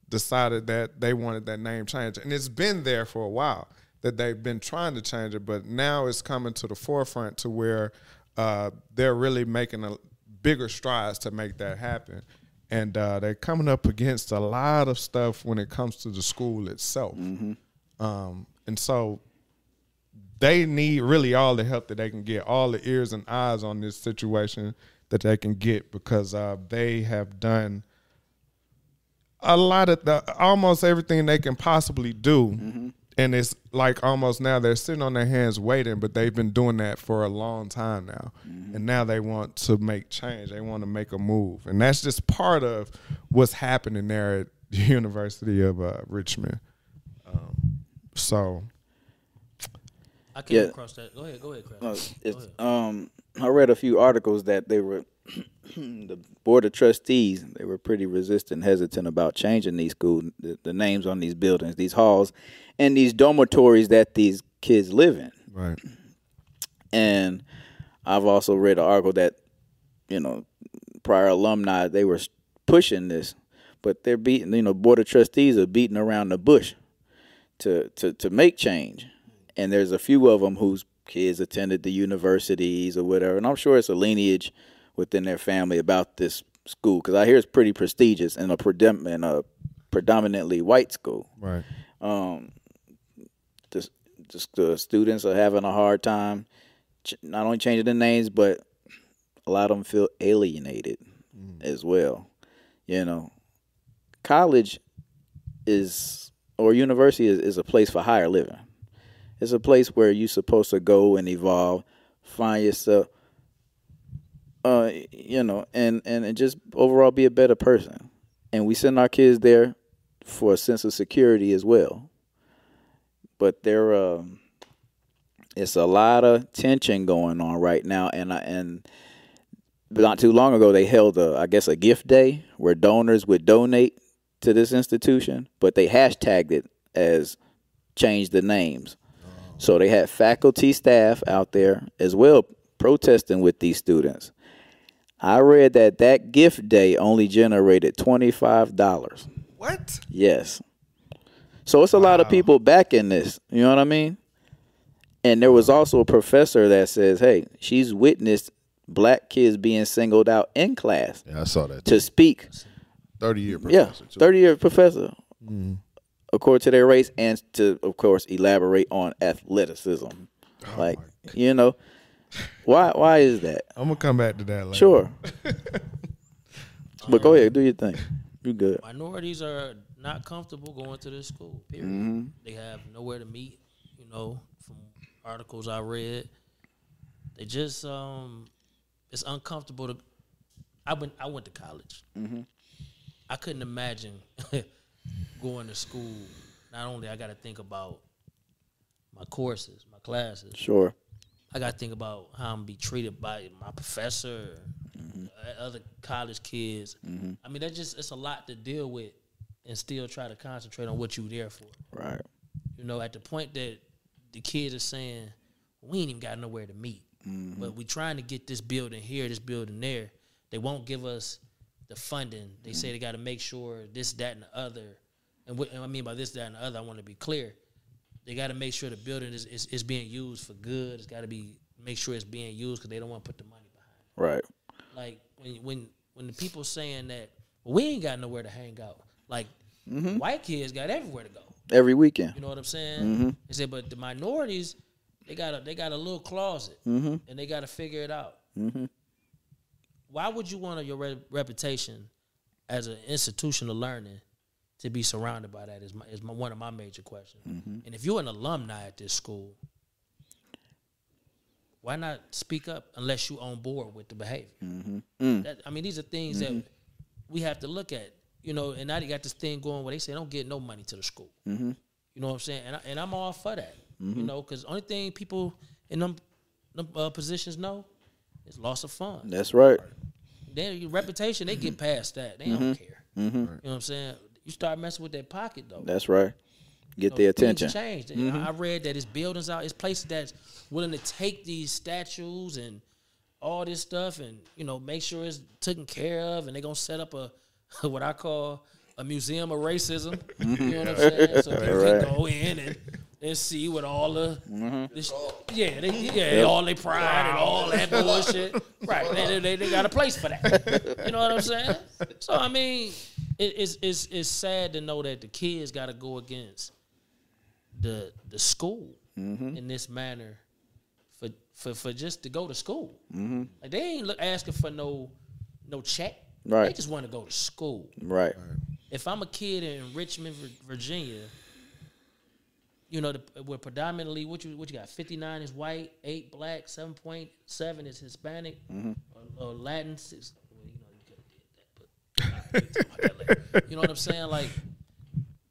Speaker 3: decided that they wanted that name change. And it's been there for a while that they've been trying to change it, but now it's coming to the forefront to where uh, they're really making a bigger strides to make that happen. And uh, they're coming up against a lot of stuff when it comes to the school itself. Um, and so they need really all the help that they can get, all the ears and eyes on this situation that they can get because uh, they have done a lot of the almost everything they can possibly do. And it's like almost now they're sitting on their hands waiting, but they've been doing that for a long time now. And now they want to make change. They want to make a move. And that's just part of what's happening there at the University of uh, Richmond. Um, so
Speaker 4: I came
Speaker 2: Yeah.
Speaker 4: across that. Go ahead, go ahead, Craig.
Speaker 2: No,
Speaker 4: go
Speaker 2: it's,
Speaker 4: ahead.
Speaker 2: um, I read a few articles that they were the board of trustees. They were pretty resistant, hesitant about changing these school the, the names on these buildings, these halls, and these dormitories that these kids live in.
Speaker 3: right.
Speaker 2: And I've also read an article that, you know, prior alumni they were s- pushing this, but they're beating. You know, board of trustees are beating around the bush to to to make change. And there's a few of them whose kids attended the universities or whatever. And I'm sure it's a lineage within their family about this school because I hear it's pretty prestigious and a predom- and a predominantly white school
Speaker 3: Right.
Speaker 2: um, the, the, the students are having a hard time ch- not only changing the names, but a lot of them feel alienated as well. You know, college is or university is, is a place for higher living. It's a place where you're supposed to go and evolve, find yourself, uh, you know, and, and, and just overall be a better person. And we send our kids there for a sense of security as well. But there, um, it's a lot of tension going on right now, and I, and not too long ago they held a, I guess, a gift day where donors would donate to this institution, but they hashtagged it as change the names. So they had faculty, staff out there as well protesting with these students. I read that that gift day only generated twenty five dollars.
Speaker 3: What?
Speaker 2: Yes. So it's a lot of people back in this. You know what I mean? And there was also a professor that says, hey, she's witnessed black kids being singled out in class
Speaker 1: Yeah, I saw that.
Speaker 2: to speak.
Speaker 1: Thirty year
Speaker 2: Yeah,
Speaker 1: professor. too. Mm-hmm.
Speaker 2: 30 year professor, according to their race, and to, of course, elaborate on athleticism.
Speaker 1: Oh
Speaker 2: like, you know, why why is that?
Speaker 3: I'm gonna come back to that later.
Speaker 2: Sure. but go
Speaker 1: Um,
Speaker 2: ahead, do your thing. You good.
Speaker 4: minorities are not comfortable going to this school. Period. They have nowhere to meet. You know, from articles I read, they just um, it's uncomfortable to. I went. I went to college. I couldn't imagine going to school. Not only I got to think about my courses, my classes,
Speaker 2: Sure.
Speaker 4: I got to think about how I'm gonna be treated by my professor, uh, other college kids. I mean, that just it's a lot to deal with, and still try to concentrate on what you there for.
Speaker 2: Right.
Speaker 4: You know, at the point that the kids are saying, "We ain't even got nowhere to meet," but we trying to get this building here, this building there. They won't give us the funding. They say they got to make sure this, that, and the other. And what and I mean by this, that, and the other, I want to be clear they got to make sure the building is, is, is being used for good. It's got to be make sure it's being used because they don't want to put the money behind.
Speaker 2: Right.
Speaker 4: it. Like when when when the people saying that we ain't got nowhere to hang out. Like white kids got everywhere to go.
Speaker 2: Every weekend.
Speaker 4: You know what I'm saying? They said, but the minorities they got a they got a little closet and they got to figure it out. Why would you want your re- reputation as an institution of learning to be surrounded by that is my, is my, one of my major questions. And if you're an alumni at this school, why not speak up unless you on board with the behavior?
Speaker 2: Mm-hmm. Mm.
Speaker 4: That, I mean, these are things that we have to look at, you know. And now they got this thing going where they say don't get no money to the school.
Speaker 2: Mm-hmm.
Speaker 4: You know what I'm saying? And, I, and I'm all for that, you know, because only thing people in them, them uh, positions know is loss of funds
Speaker 2: That's right.
Speaker 4: their reputation, they
Speaker 2: Mm-hmm.
Speaker 4: get past that. They don't care. You know what I'm saying? You start messing with their pocket though.
Speaker 2: That's right. Get the
Speaker 4: Things
Speaker 2: attention. Mm-hmm.
Speaker 4: changed. And I read that it's buildings out, it's places that's willing to take these statues and all this stuff, and you know, make sure it's taken care of, and they're gonna set up a what I call a museum of racism. you know what I'm saying? So people
Speaker 2: Right.
Speaker 4: can go in and, and see what all the, this, yeah, they, yeah, all they pride and all that bullshit. right? They, they- they, they got a place for that. you know what I'm saying? So I mean, it, it's it's it's sad to know that the kids got to go against the the school in this manner for for for just to go to school. Like they ain't look, asking for no no check. They
Speaker 2: Right.
Speaker 4: just want to go to school.
Speaker 2: Right.
Speaker 4: If I'm a kid in Richmond, Vir- Virginia, you know, the, where predominantly what you what you got? Fifty nine is white, eight black, seven point seven is Hispanic or, or Latin. Six, well, you know, you could have did that, but I'll talk about that later. you know what I'm saying? Like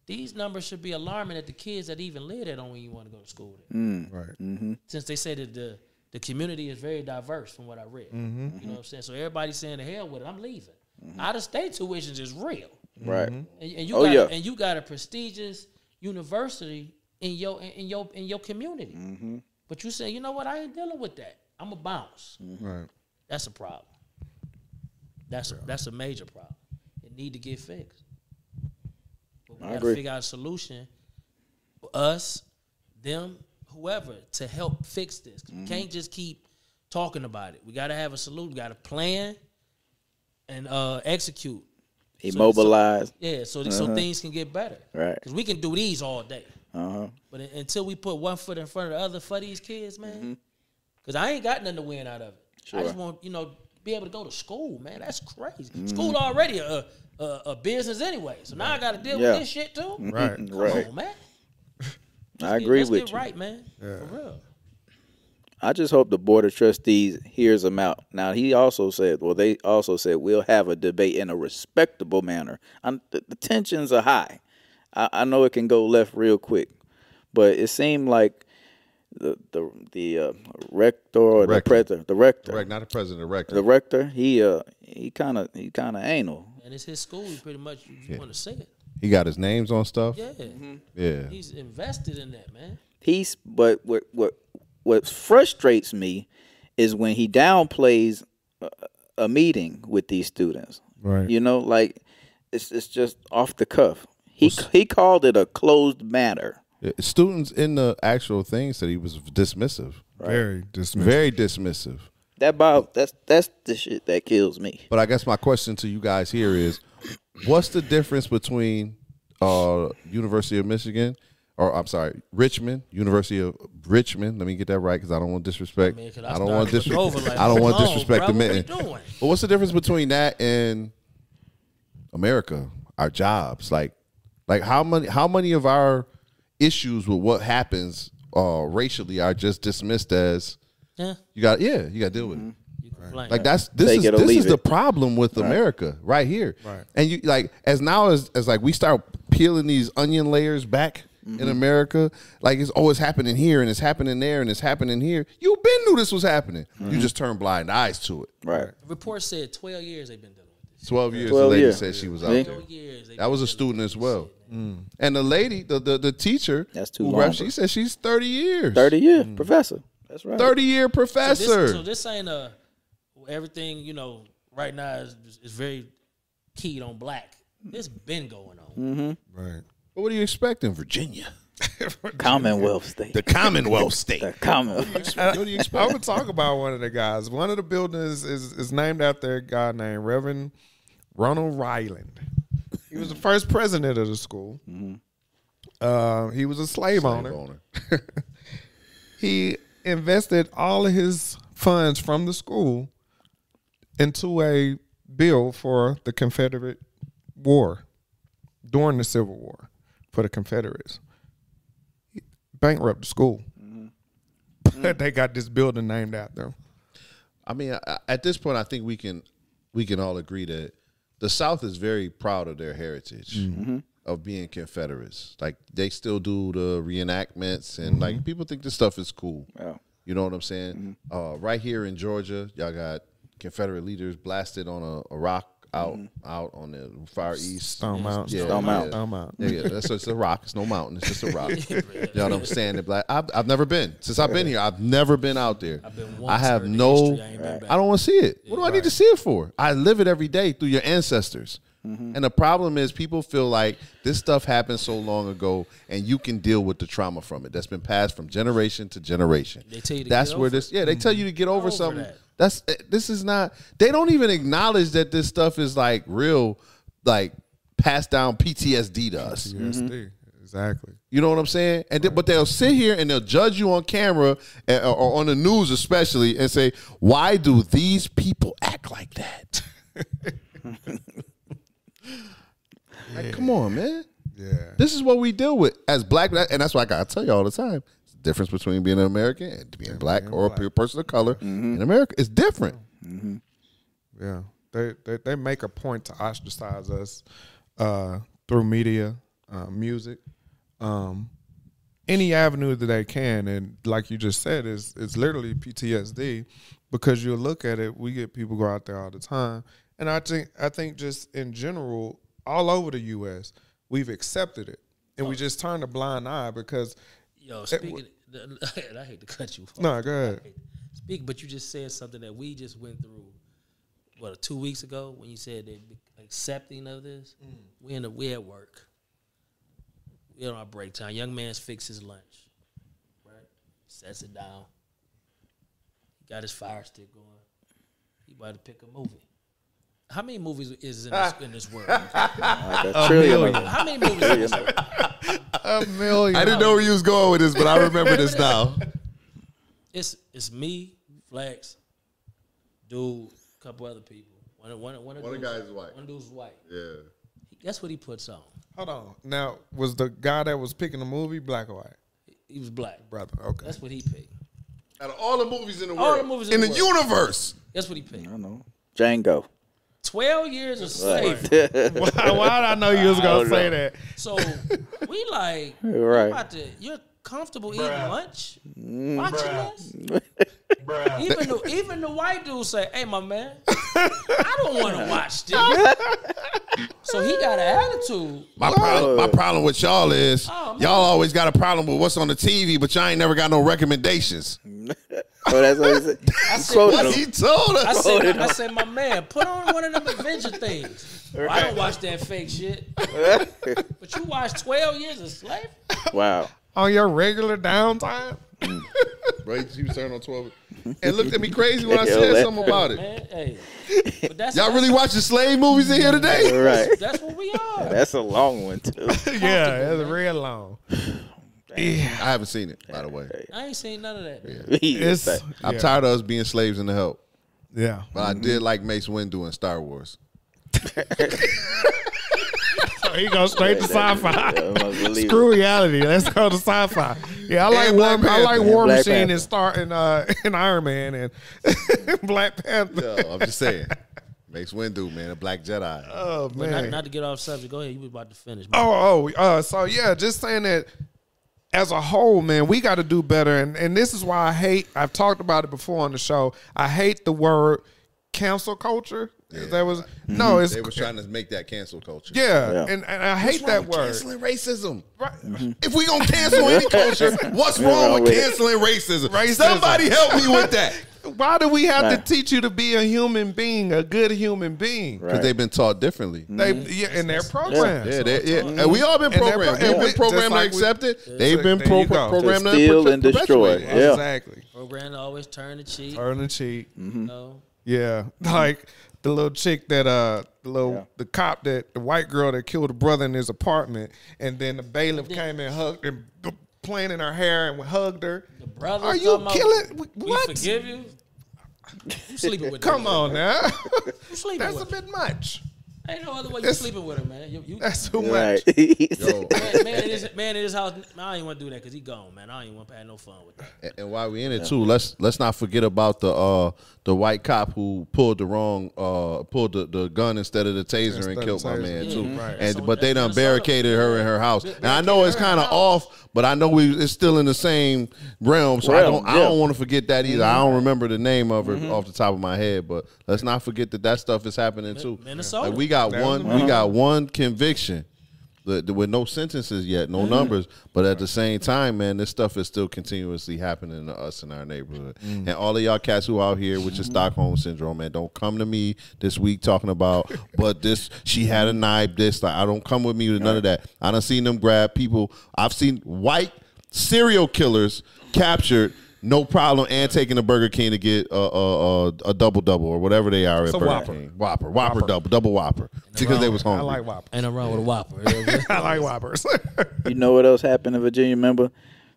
Speaker 4: these numbers should be alarming that the kids that even live there don't even want to go to school. There
Speaker 1: Right.
Speaker 4: since they say that the the community is very diverse from what I read. You know what I'm saying? So everybody's saying to hell with it. I'm leaving. Out of state tuitions is real,
Speaker 2: Right.
Speaker 4: and, and you
Speaker 2: Oh,
Speaker 4: got
Speaker 2: yeah.
Speaker 4: and you got a prestigious university in your in, in your in your community.
Speaker 2: Mm-hmm.
Speaker 4: But you say, you know what? I ain't dealing with that. I'm a bounce.
Speaker 2: Mm-hmm.
Speaker 1: Right.
Speaker 4: That's a problem. That's a, that's a major problem. It need to get fixed. But we
Speaker 2: I
Speaker 4: got to
Speaker 2: agree.
Speaker 4: figure out a solution. Us, them, whoever, to help fix this.
Speaker 2: Mm-hmm.
Speaker 4: We can't just keep talking about it. We got to have a solution. We got to plan and uh, execute.
Speaker 2: Immobilized.
Speaker 4: Yeah, so so things can get better.
Speaker 2: Uh-huh. Right.
Speaker 4: Because we can do these all day.
Speaker 2: Uh huh.
Speaker 4: But un- until we put one foot in front of the other for these kids, man, because I ain't got nothing to win out of it. I
Speaker 2: Mm-hmm. Sure. Mm-hmm.
Speaker 4: just want you know be able to go to school, man. That's crazy. School already a, a a business anyway, so now I got to deal
Speaker 2: Yeah. Mm-hmm.
Speaker 4: with this shit too.
Speaker 3: Right.
Speaker 4: Come
Speaker 2: Right.
Speaker 4: on, man.
Speaker 2: I agree
Speaker 4: Let's
Speaker 2: with
Speaker 4: get
Speaker 2: you.
Speaker 4: right, man. For real.
Speaker 2: I just hope the board of trustees hears him out. Now he also said, well, they also said we'll have a debate in a respectable manner. i the, the tensions are high. I, I know it can go left real quick, but it seemed like the the the uh, rector or the
Speaker 1: Rector.
Speaker 2: president, the rector,
Speaker 1: Correct. Not the president. The rector.
Speaker 2: the rector, he uh he kind of he kind of anal.
Speaker 4: And it's his school. You pretty much you want to say it.
Speaker 1: he got his names on stuff.
Speaker 4: Yeah,
Speaker 2: Mm-hmm.
Speaker 1: Yeah.
Speaker 4: he's invested in that, man.
Speaker 2: He's but what what what frustrates me is when he downplays a, a meeting with these students.
Speaker 3: Right.
Speaker 2: You know, like it's it's just off the cuff. He he called it a closed matter.
Speaker 1: Yeah, Students in the actual thing said he was dismissive.
Speaker 3: Very dismissive.
Speaker 1: Very dismissive.
Speaker 2: That about that's that's the shit that kills me.
Speaker 1: But I guess my question to you guys here is, what's the difference between uh, University of Michigan, or I'm sorry, Richmond, University of Richmond? Let me get that right because I don't want to disrespect.
Speaker 4: I mean, 'cause I
Speaker 1: I, don't want
Speaker 4: started
Speaker 1: disrespect.
Speaker 4: over, like,
Speaker 1: I don't want
Speaker 4: come on,
Speaker 1: disrespect
Speaker 4: bro,
Speaker 1: the
Speaker 4: what we
Speaker 1: Mitten.
Speaker 4: doing?
Speaker 1: But what's the difference between that and America? Our jobs, like, like how many how many of our issues with what happens uh, racially are just dismissed as
Speaker 4: Yeah,
Speaker 1: you got yeah you got to deal with it.
Speaker 4: you complain.
Speaker 1: Like that's this
Speaker 2: Take
Speaker 1: is
Speaker 2: it or
Speaker 1: this
Speaker 2: leave
Speaker 1: is the
Speaker 2: it.
Speaker 1: problem with America right here.
Speaker 3: Right.
Speaker 1: And you like as now as as like we start peeling these onion layers back
Speaker 2: Mm-hmm.
Speaker 1: in America, like it's always happening here and it's happening there and it's happening here. You been knew this was happening.
Speaker 2: Mm-hmm.
Speaker 1: You just turned blind eyes to it.
Speaker 2: Right.
Speaker 4: The report said twelve years they've been dealing with this.
Speaker 1: Twelve years the
Speaker 2: 12
Speaker 1: lady
Speaker 2: years.
Speaker 1: said she was
Speaker 2: Yeah.
Speaker 1: out
Speaker 2: See?
Speaker 1: there.
Speaker 4: Twelve years. they've
Speaker 1: That
Speaker 4: been
Speaker 1: was a
Speaker 4: dealing
Speaker 1: student
Speaker 4: with
Speaker 1: as
Speaker 4: this
Speaker 1: well.
Speaker 4: shit.
Speaker 1: And the lady, the the, the teacher
Speaker 2: That's too
Speaker 1: who
Speaker 2: long,
Speaker 1: rep- she
Speaker 2: bro.
Speaker 1: said she's thirty years.
Speaker 2: Thirty year professor. That's right.
Speaker 1: 30 year
Speaker 4: this,
Speaker 1: professor.
Speaker 4: So this ain't a everything you know right now is, is very keyed on black. This been going on.
Speaker 3: Right.
Speaker 1: what are you expecting? Virginia.
Speaker 2: Commonwealth state.
Speaker 1: The Commonwealth state.
Speaker 2: The Commonwealth.
Speaker 1: what do you expect?
Speaker 3: I would talk about one of the guys. One of the buildings is, is named after a guy named Reverend Ronald Ryland. He was the first president of the school. Uh, he was a slave, owner.
Speaker 1: owner.
Speaker 3: He invested all of his funds from the school into a bill for the Confederate War during the Civil War for the Confederates. Bankrupt the school. But they got this building named after him.
Speaker 1: I mean, I- I, at this point, I think we can we can all agree that the South is very proud of their heritage of being Confederates. Like they still do the reenactments, and like people think this stuff is cool.
Speaker 2: Yeah.
Speaker 1: You know what I'm saying? Uh, right here in Georgia, y'all got Confederate leaders blasted on a, a rock out out on the far east.
Speaker 3: Stone Mountain.
Speaker 1: Yeah,
Speaker 2: Stone
Speaker 1: yeah.
Speaker 2: Mountain.
Speaker 3: Stone Mountain.
Speaker 1: Yeah, yeah. That's it's a rock. It's no mountain. It's just a rock. you know what I'm saying? They're Like, I've, I've never been since I've been here. I've never been out there. I've
Speaker 4: been
Speaker 1: I
Speaker 4: once
Speaker 1: have
Speaker 4: in the
Speaker 1: no.
Speaker 4: history. I ain't been back.
Speaker 1: I don't want to see it. What do I need to see it for? I live it every day through your ancestors. And the problem is, people feel like this stuff happened so long ago, and you can deal with the trauma from it that's been passed from generation to generation.
Speaker 4: They tell you to
Speaker 1: that's
Speaker 4: get
Speaker 1: where
Speaker 4: over
Speaker 1: this. Yeah, they tell you to get over
Speaker 4: over
Speaker 1: something.
Speaker 4: that.
Speaker 1: That's eh, this is not. They don't even acknowledge that this stuff is like real, like passed down PTSD to us.
Speaker 3: PTSD. Exactly.
Speaker 1: You know what I'm saying? And then, but they'll sit here and they'll judge you on camera eh, or, or on the news, especially, and say, "Why do these people act like that?" Like, come on, man.
Speaker 3: Yeah.
Speaker 1: This is what we deal with as black, and that's why I gotta tell you all the time: it's the difference between being an American and being black Mm-hmm. or a person of color in America is different.
Speaker 3: Yeah, they, they they make a point to ostracize us uh, through media, uh, music, um, any avenue that they can. And like you just said, it's it's literally PTSD because you look at it. We get people go out there all the time, and I think I think just in general, all over the U.S., we've accepted it, and we just turn a blind eye because
Speaker 4: Yo, speaking, and I hate to cut you. off.
Speaker 3: no, go ahead.
Speaker 4: Speak, but you just said something that we just went through. What uh, two weeks ago when you said that accepting of this, we in a, we at work. We on our break time. Young man's fixed his lunch, right? Sets it down. He got his fire stick going. He about to pick a movie. How many movies is in this, in this world?
Speaker 2: Like a trillion of them.
Speaker 4: How many movies? Is in this world?
Speaker 3: A million.
Speaker 1: I didn't know where you was going with this, but I remember this now.
Speaker 4: It's it's me, Flex, dude, couple other people. One of- one of- one of
Speaker 1: One of
Speaker 4: dudes-
Speaker 1: the guys is white.
Speaker 4: One dude's white.
Speaker 1: Yeah,
Speaker 4: That's what he puts on.
Speaker 3: Hold on. Now, was the guy that was picking the movie black or white?
Speaker 4: He was black.
Speaker 3: Brother, okay.
Speaker 4: That's what he picked.
Speaker 1: out of all the movies in the
Speaker 4: All
Speaker 1: world,
Speaker 4: the movies in
Speaker 1: in
Speaker 4: the
Speaker 1: the
Speaker 4: world.
Speaker 1: universe,
Speaker 4: That's what he picked.
Speaker 2: I don't know. Django.
Speaker 4: Twelve years of slavery.
Speaker 2: Right.
Speaker 3: why, why did I know you was gonna
Speaker 2: don't
Speaker 3: say
Speaker 2: know.
Speaker 3: that?
Speaker 4: So we like you
Speaker 2: Right. Mm.
Speaker 4: about to you're comfortable eating lunch, watching us. Even the even the white dude say, "Hey, my man, I don't want to watch this." so he got an attitude.
Speaker 1: My problem, my problem with y'all is
Speaker 4: Oh, man.
Speaker 1: y'all always got a problem with what's on the TV, but y'all ain't never got no recommendations.
Speaker 2: oh, that's what he said. You
Speaker 4: said,
Speaker 2: quoted
Speaker 1: What
Speaker 2: him.
Speaker 1: he told
Speaker 4: I
Speaker 1: us.
Speaker 4: said, I said, my man, put on one of them adventure things. Well, I don't watch that fake shit. but you watched 12 years of slavery?
Speaker 2: Wow.
Speaker 3: on your regular downtime?
Speaker 1: Bro, she was turning on twelve, and looked at me crazy when I said
Speaker 2: that-
Speaker 1: something about it.
Speaker 4: Man, hey. But that's,
Speaker 1: Y'all really watching slave movies in here today?
Speaker 2: Right.
Speaker 4: that's what we are.
Speaker 2: That's a long one too.
Speaker 3: yeah, it's real long.
Speaker 1: I haven't seen it, by the way.
Speaker 4: I ain't seen none of that. man.
Speaker 3: It's
Speaker 2: it's
Speaker 1: I'm
Speaker 3: yeah.
Speaker 1: tired of us being slaves in the help,
Speaker 3: yeah.
Speaker 1: but I did like Mace Windu in Star Wars.
Speaker 3: So Oh, he goes straight to sci-fi. Screw
Speaker 2: Screw
Speaker 3: reality. Let's go to sci-fi. Yeah, I like
Speaker 1: And
Speaker 3: War,
Speaker 1: Black
Speaker 3: I like
Speaker 2: Panther.
Speaker 3: War
Speaker 2: Black
Speaker 3: Machine and
Speaker 2: Panther.
Speaker 3: Star and uh and Iron Man and Black Panther.
Speaker 1: No, I'm just saying, Mace Windu, man, a black Jedi.
Speaker 3: Oh man.
Speaker 4: Not, not to get off subject. Go ahead. You was about to finish. man.
Speaker 3: Oh, oh, uh, so yeah, just saying that as a whole, man, we got to do better. And, and this is why I hate, I've talked about it before on the show. I hate the word cancel culture. That was, no, it's,
Speaker 1: they was trying to make that cancel culture.
Speaker 3: yeah,
Speaker 2: Yeah.
Speaker 3: And, and I hate that
Speaker 1: What's
Speaker 3: word.
Speaker 1: wrong with Canceling racism.
Speaker 3: Right.
Speaker 1: If we gonna cancel any culture, what's wrong with canceling racism?
Speaker 3: Racism.
Speaker 1: Somebody help me with that.
Speaker 3: Why do we have
Speaker 2: Right.
Speaker 3: to teach you to be a human being, a good human being?
Speaker 2: Right.
Speaker 1: they've been taught differently.
Speaker 2: Mm.
Speaker 3: They, yeah, in their programs.
Speaker 1: Yeah, they, yeah. And we all been
Speaker 3: And they're pro-
Speaker 1: programmed. They've
Speaker 3: and
Speaker 1: been
Speaker 3: we-
Speaker 1: programmed
Speaker 3: just
Speaker 1: to
Speaker 3: like we-
Speaker 1: accept it. They've been
Speaker 3: There you go.
Speaker 1: pro- programmed
Speaker 2: To
Speaker 1: to
Speaker 2: steal
Speaker 1: perpe-
Speaker 2: and destroy.
Speaker 1: perpetuate it.
Speaker 2: Yeah.
Speaker 3: Exactly.
Speaker 4: Program to always turn the cheek. You
Speaker 3: Turn the cheek.
Speaker 4: Mm-hmm. know?
Speaker 3: Yeah, like the little chick that uh, the little
Speaker 2: Yeah.
Speaker 3: the cop that the white girl that killed her brother in his apartment, and then the bailiff came and hugged and b- playing in her hair and hugged her.
Speaker 4: The brother.
Speaker 3: Are you
Speaker 4: talking about,
Speaker 3: killing-
Speaker 4: We
Speaker 3: what?
Speaker 4: forgive you. You sleeping with
Speaker 3: Come
Speaker 4: her.
Speaker 3: on now,
Speaker 4: You sleeping
Speaker 3: that's a
Speaker 4: with her.
Speaker 3: bit much.
Speaker 4: Ain't no other way you sleeping with her, man. You, you,
Speaker 3: That's too
Speaker 2: right.
Speaker 3: much.
Speaker 1: Yo,
Speaker 3: Oh.
Speaker 4: man, man, in his, man in his house, man, I ain't want to do that because he gone, man. I ain't want to have no fun with that.
Speaker 1: and- and while we in it too, let's let's not forget about the uh, the white cop who pulled the wrong uh, pulled the, the gun instead of the taser
Speaker 3: Instead
Speaker 1: and
Speaker 3: of
Speaker 1: killed my
Speaker 3: taser.
Speaker 1: man
Speaker 3: Yeah,
Speaker 1: too.
Speaker 3: right.
Speaker 1: And
Speaker 4: So
Speaker 1: but they
Speaker 4: that's
Speaker 1: done
Speaker 4: messed up.
Speaker 1: barricaded her in her house. And I know it's kind of off, but I know we it's still in the same realm. So I
Speaker 2: Realm,
Speaker 1: don't I
Speaker 2: yeah.
Speaker 1: don't want to forget that either. I don't remember the name of her off the top of my head, but let's not forget that that stuff is happening too.
Speaker 4: Minnesota.
Speaker 1: Like we got one we got one conviction. The, the- with no sentences yet,
Speaker 3: Mm-hmm.
Speaker 1: no numbers, but at the same time, man, this stuff is still continuously happening to us in our neighborhood.
Speaker 3: Mm.
Speaker 1: And all of y'all cats who out here with
Speaker 3: Mm-hmm.
Speaker 1: your Stockholm syndrome, man, don't come to me this week talking about, but this she had a knife, this like I don't come with me with none of that. I done seen them grab people. I've seen white serial killers captured. No problem, and taking to Burger King to get a, a, a, a double double or whatever they are at
Speaker 3: a
Speaker 1: Burger
Speaker 3: Whopper.
Speaker 1: King. Whopper, Whopper, double, double Whopper, because they was hungry.
Speaker 3: I like whoppers.
Speaker 4: Ain't no wrong with a whopper.
Speaker 3: I like whoppers.
Speaker 2: You know what else happened in Virginia? Remember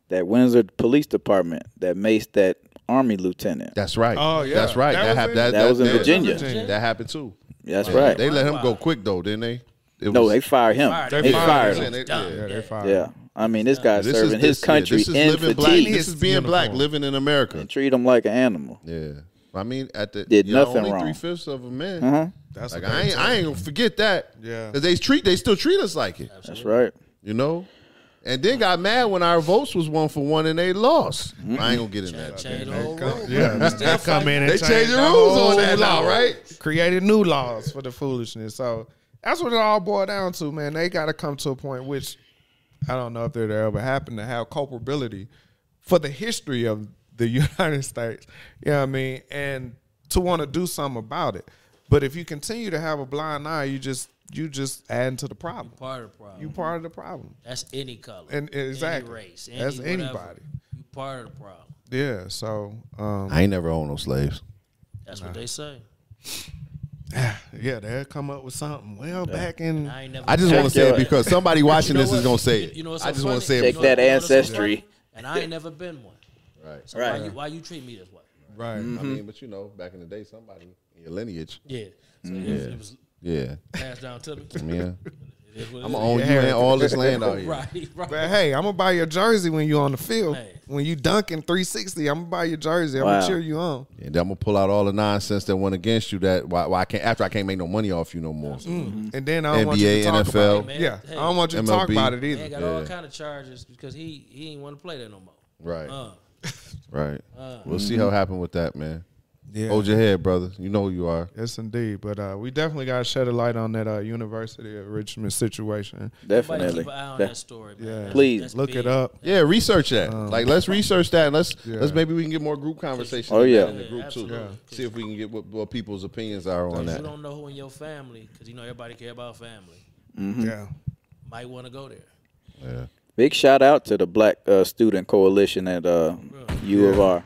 Speaker 2: that Windsor Police Department that maced that Army lieutenant.
Speaker 1: That's right.
Speaker 3: Oh, yeah.
Speaker 1: That's right.
Speaker 3: That
Speaker 1: That,
Speaker 3: was
Speaker 1: hap-
Speaker 3: in-
Speaker 2: That was in
Speaker 1: that-
Speaker 2: Virginia.
Speaker 3: Virginia.
Speaker 1: That happened too.
Speaker 2: That's right.
Speaker 1: They let him go quick though, didn't they? It
Speaker 2: no,
Speaker 1: was-
Speaker 2: they fired him.
Speaker 4: Fired
Speaker 2: They,
Speaker 4: him.
Speaker 2: fired
Speaker 1: Yeah,
Speaker 2: him.
Speaker 1: they-
Speaker 4: Done.
Speaker 1: yeah.
Speaker 3: yeah, they fire.
Speaker 2: Yeah, I mean this guy's
Speaker 1: This is-
Speaker 2: serving his
Speaker 1: this- yeah,
Speaker 2: country
Speaker 1: this is
Speaker 2: in
Speaker 1: living black.
Speaker 2: fatigue
Speaker 1: This is being black, living in America.
Speaker 2: and treat him like an animal.
Speaker 1: Yeah, I mean, at the
Speaker 2: Did
Speaker 1: you're
Speaker 2: nothing
Speaker 1: only
Speaker 2: wrong. Uh-huh.
Speaker 1: Three fifths of a man.
Speaker 3: That's
Speaker 1: Like
Speaker 3: what
Speaker 1: I
Speaker 3: they
Speaker 1: ain't, I ain't gonna forget that.
Speaker 3: Yeah.
Speaker 1: 'Cause they treat, they still treat us like it.
Speaker 2: That's right.
Speaker 1: You know. And then got mad when our votes was one for one and they lost.
Speaker 2: Mm-hmm.
Speaker 1: I ain't gonna get in that.
Speaker 4: Change the whole
Speaker 3: come-
Speaker 4: rule.
Speaker 3: yeah, they come in and
Speaker 1: They
Speaker 3: change
Speaker 1: changed the rules
Speaker 3: whole
Speaker 1: on that
Speaker 3: law,
Speaker 1: now, right?
Speaker 3: Created new laws for the foolishness. So that's what it all boiled down to, man. They got to come to a point which I don't know if it ever happened to have culpability for the history of the United States. You know what I mean? And to want to do something about it. But if you continue to have a blind eye, you just you just adding to the problem.
Speaker 4: Part of the problem.
Speaker 3: You part of the problem.
Speaker 4: That's any color.
Speaker 3: And- and exactly.
Speaker 4: Any race. Any
Speaker 3: That's
Speaker 4: whatever.
Speaker 3: anybody.
Speaker 4: You part of the problem.
Speaker 3: Yeah. So um,
Speaker 1: I ain't never owned no slaves.
Speaker 4: That's what they say.
Speaker 3: yeah, they'll come up with something. Well, back in
Speaker 4: I ain't never.
Speaker 1: I just
Speaker 2: Check
Speaker 1: want to say it
Speaker 2: your-
Speaker 1: because somebody watching this is
Speaker 4: what?
Speaker 1: gonna say
Speaker 4: You-
Speaker 1: it.
Speaker 4: You know what's so
Speaker 1: I just want to
Speaker 4: funny?
Speaker 1: say
Speaker 2: Check
Speaker 1: it.
Speaker 4: You know-
Speaker 2: that
Speaker 4: you know what's so
Speaker 2: ancestry.
Speaker 4: funny? And I ain't never been one.
Speaker 1: Right.
Speaker 4: So
Speaker 2: Right.
Speaker 4: Why you, why you treat me this way?
Speaker 3: right.
Speaker 1: I
Speaker 4: Mm-hmm.
Speaker 1: mean, but you know, back in the day, somebody in your lineage.
Speaker 4: Yeah. So if it was
Speaker 1: Yeah.
Speaker 4: passed down to me.
Speaker 1: Yeah.
Speaker 4: it is what it
Speaker 1: I'm
Speaker 4: is.
Speaker 1: gonna own you and all this land out here.
Speaker 4: Right. Right.
Speaker 3: But hey, I'm gonna buy your jersey when you on the field.
Speaker 4: Hey.
Speaker 3: When you dunking 360, I'm gonna buy your jersey. I'm
Speaker 2: Wow.
Speaker 3: gonna cheer you on.
Speaker 1: And I'm gonna pull out all the nonsense that went against you that why, why I can't after I can't make no money off you no more.
Speaker 3: And then I don't want you to
Speaker 1: NBA,
Speaker 3: talk
Speaker 1: NFL.
Speaker 3: about it.
Speaker 4: Man,
Speaker 3: Yeah,
Speaker 4: hey.
Speaker 3: I don't want you to talk
Speaker 1: MLB.
Speaker 3: about it
Speaker 4: Man
Speaker 3: either.
Speaker 4: got
Speaker 1: Yeah.
Speaker 4: all kind of charges because he he ain't want to play that no more.
Speaker 1: Right.
Speaker 4: Uh, mm-hmm.
Speaker 1: Right. we'll see how happened with that, man.
Speaker 3: Yeah.
Speaker 1: Hold your head, brother. You know who you are.
Speaker 3: Yes, indeed. But uh, we definitely gotta shed a light on that uh, University of Richmond situation.
Speaker 4: everybody
Speaker 2: Definitely.
Speaker 4: keep an eye on
Speaker 2: De-
Speaker 4: that story, man.
Speaker 3: Yeah.
Speaker 4: That's-
Speaker 2: Please.
Speaker 4: that's
Speaker 3: Look
Speaker 4: big.
Speaker 3: it up.
Speaker 1: Yeah, research that. like let's research that and let's
Speaker 3: Um, Yeah.
Speaker 1: let's maybe we can get more group conversation
Speaker 2: Oh,
Speaker 1: in
Speaker 2: yeah.
Speaker 1: that in the group too.
Speaker 4: Yeah, absolutely.
Speaker 1: See if we can get what, what people's opinions are on
Speaker 4: Because
Speaker 1: that.
Speaker 4: you don't know who in your family, because you know everybody care about family.
Speaker 3: Yeah.
Speaker 4: Might want to go there.
Speaker 1: Yeah.
Speaker 2: Big shout out to the Black uh, Student Coalition at uh, U of R.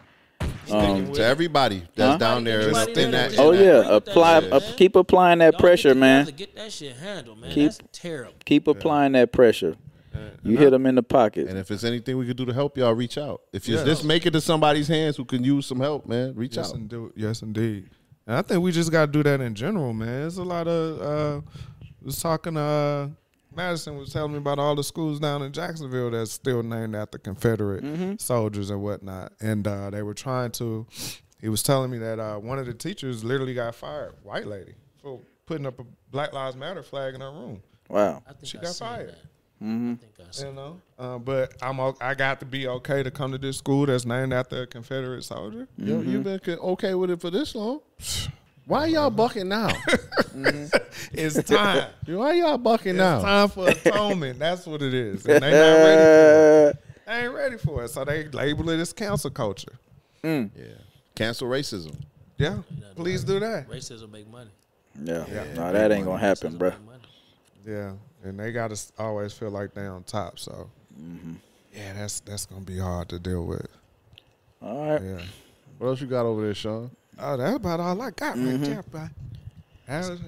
Speaker 2: Um,
Speaker 1: to everybody that's
Speaker 2: Huh?
Speaker 1: down there
Speaker 4: Anybody
Speaker 1: in
Speaker 4: there
Speaker 1: that.
Speaker 4: that-
Speaker 1: in
Speaker 2: oh
Speaker 1: that-
Speaker 2: yeah,
Speaker 4: Bring it
Speaker 2: apply.
Speaker 4: down,
Speaker 2: Uh,
Speaker 4: man.
Speaker 2: keep applying that
Speaker 4: Y'all
Speaker 2: pressure,
Speaker 4: get
Speaker 2: man.
Speaker 4: together, Get that shit handled, man.
Speaker 2: Keep-
Speaker 4: That's terrible.
Speaker 2: Keep applying that pressure. You hit them in the
Speaker 1: And
Speaker 2: pocket.
Speaker 1: if it's anything we could do to help y'all, reach out. If you
Speaker 3: Yeah.
Speaker 1: just make it to somebody's hands who can use some help, man, reach
Speaker 3: Yes,
Speaker 1: out.
Speaker 3: indeed. Yes, indeed. And I think we just gotta do that in general, man. There's a lot of. Uh, was talking. Uh, Madison was telling me about all the schools down in Jacksonville that's still named after Confederate soldiers and whatnot, and uh, they were trying to. He was telling me that uh, one of the teachers literally got fired, white lady, for putting up a Black Lives Matter flag in her room.
Speaker 2: Wow.
Speaker 4: I think
Speaker 3: She
Speaker 4: I
Speaker 3: got
Speaker 4: seen
Speaker 3: fired.
Speaker 4: That.
Speaker 2: Mm-hmm.
Speaker 4: I think I
Speaker 3: You
Speaker 4: seen
Speaker 3: know, uh, but I'm o- I got to be okay to come to this school that's named after a Confederate soldier.
Speaker 1: Yo, you've been co- okay with it for this long. Why y'all bucking now?
Speaker 3: It's time.
Speaker 1: Why y'all bucking
Speaker 3: It's
Speaker 1: now?
Speaker 3: time for atonement. That's what it is. And they not ready for it.
Speaker 2: Uh,
Speaker 3: They ain't ready for it. So they label it as cancel culture.
Speaker 1: Yeah. Cancel racism.
Speaker 3: Yeah. Please do that.
Speaker 4: Racism make money.
Speaker 2: Yeah. No, that ain't gonna happen,
Speaker 4: Racism
Speaker 2: bro.
Speaker 4: make money.
Speaker 3: Yeah. And they gotta s- always feel like they on top. So Mm-hmm. yeah, that's that's gonna be hard to deal with.
Speaker 2: All right.
Speaker 3: Yeah.
Speaker 1: What else you got over there, Sean?
Speaker 3: Oh, that's about all I got right there, bro. That was-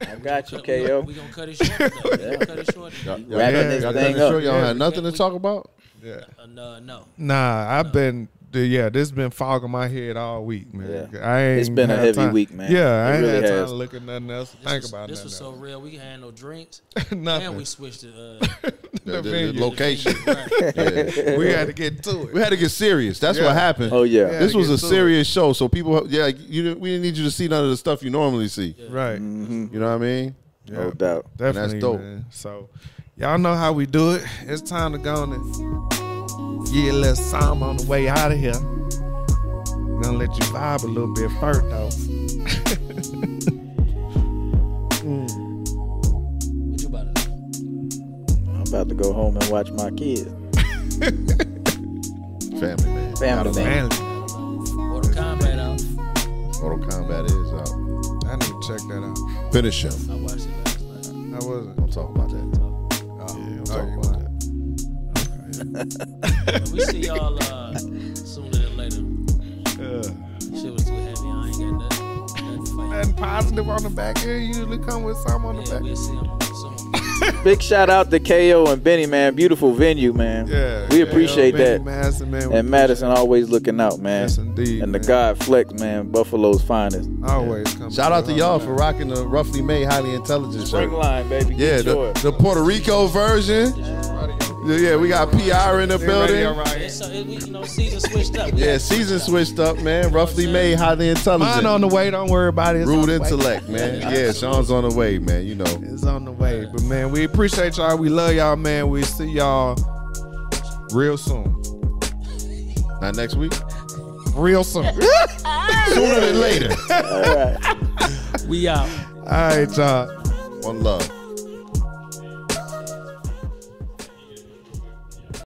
Speaker 2: I got you,
Speaker 4: Cut- we gonna-
Speaker 2: KO.
Speaker 4: We gonna cut it short. Though. We gonna cut it short.
Speaker 2: Wrapping
Speaker 3: Yeah.
Speaker 2: this
Speaker 1: Y'all
Speaker 2: thing
Speaker 1: cutting it short?
Speaker 2: up.
Speaker 1: Y'all
Speaker 3: Yeah.
Speaker 1: had nothing to talk about?
Speaker 3: Yeah.
Speaker 4: Uh, no, no.
Speaker 3: Nah, I've been dude, yeah, this been fogging my head all week, man.
Speaker 2: Yeah.
Speaker 3: I ain't
Speaker 2: It's been a
Speaker 3: had
Speaker 2: heavy
Speaker 3: time.
Speaker 2: week, man.
Speaker 3: Yeah,
Speaker 2: It
Speaker 3: I ain't
Speaker 2: really
Speaker 3: had time
Speaker 2: has.
Speaker 3: to look at nothing else.
Speaker 4: This
Speaker 3: think
Speaker 4: was,
Speaker 3: about
Speaker 4: this was so
Speaker 3: nothing.
Speaker 4: real. We had no drinks,
Speaker 3: else.
Speaker 4: and we
Speaker 3: nothing.
Speaker 4: switched to uh,
Speaker 1: The,
Speaker 3: The
Speaker 1: the- the
Speaker 3: venue.
Speaker 1: location.
Speaker 4: right.
Speaker 1: Yeah.
Speaker 3: We had to get to
Speaker 1: We
Speaker 3: it.
Speaker 1: had to get serious. That's
Speaker 3: Yeah.
Speaker 1: what happened.
Speaker 2: Oh yeah.
Speaker 3: Yeah.
Speaker 1: This was
Speaker 3: Had
Speaker 1: a
Speaker 3: to get to
Speaker 1: serious show, so people, yeah, like, you didn't, we didn't need you to see none of the stuff you normally see.
Speaker 3: Right.
Speaker 1: You know what I mean?
Speaker 2: No doubt.
Speaker 1: Mm-hmm. that's
Speaker 3: Definitely,
Speaker 1: dope.
Speaker 3: man. So, y'all know how we do it. It's time to go on and get a little song on the way out of here. Gonna let you vibe a little bit first, though.
Speaker 4: What you about to do?
Speaker 2: about to go home and watch my kids.
Speaker 1: Family Man.
Speaker 2: Family man.
Speaker 4: Mortal Kombat out.
Speaker 1: Mortal Kombat is out.
Speaker 3: I need to check that out.
Speaker 1: Finish him.
Speaker 4: I watched it last night.
Speaker 3: How was it?
Speaker 1: Don't talk about that.
Speaker 3: Oh,
Speaker 1: Yeah, don't
Speaker 3: oh,
Speaker 1: talk
Speaker 3: you
Speaker 1: about
Speaker 3: lied.
Speaker 1: that.
Speaker 4: But we see y'all uh, sooner than later. Shit was too heavy. I ain't got nothing. nothing for you.
Speaker 3: Nothing positive on the back end usually come with something on the
Speaker 4: Yeah,
Speaker 3: back.
Speaker 4: we'll see y'all soon.
Speaker 2: Big shout out to KO and Benny, man. Beautiful venue, man.
Speaker 3: Yeah,
Speaker 2: We appreciate
Speaker 3: Benny
Speaker 2: that.
Speaker 3: Madison, man, we
Speaker 2: And Madison always looking out, man.
Speaker 3: Yes, indeed,
Speaker 2: And
Speaker 3: man.
Speaker 2: the God Flex, man. Buffalo's finest.
Speaker 3: always come.
Speaker 1: Shout out to
Speaker 3: through,
Speaker 1: y'all
Speaker 3: huh,
Speaker 1: for
Speaker 3: man.
Speaker 1: rocking the roughly made highly intelligent shirt.
Speaker 2: Bring line, baby.
Speaker 1: Yeah,
Speaker 2: Get
Speaker 1: the,
Speaker 2: yours.
Speaker 1: the Puerto Rico version. Yeah, yeah, we got PR in the
Speaker 3: They ready,
Speaker 1: building.
Speaker 3: all right.
Speaker 4: It's, uh, it, we, you know, season switched up. We
Speaker 1: Yeah,
Speaker 4: got-
Speaker 1: season switched up, man. Roughly made highly
Speaker 3: Mine on
Speaker 1: intelligent.
Speaker 3: the way. Don't worry about it. It's on
Speaker 1: Rude
Speaker 3: the way.
Speaker 1: intellect, man. Yeah, Sean's on the way, man. You know.
Speaker 3: It's on the way. But man, we appreciate y'all. We love y'all, man. We see y'all real soon.
Speaker 1: Not next week.
Speaker 3: Real soon. All
Speaker 1: Sooner than later.
Speaker 2: All right.
Speaker 4: we out.
Speaker 3: right, y'all.
Speaker 1: One love.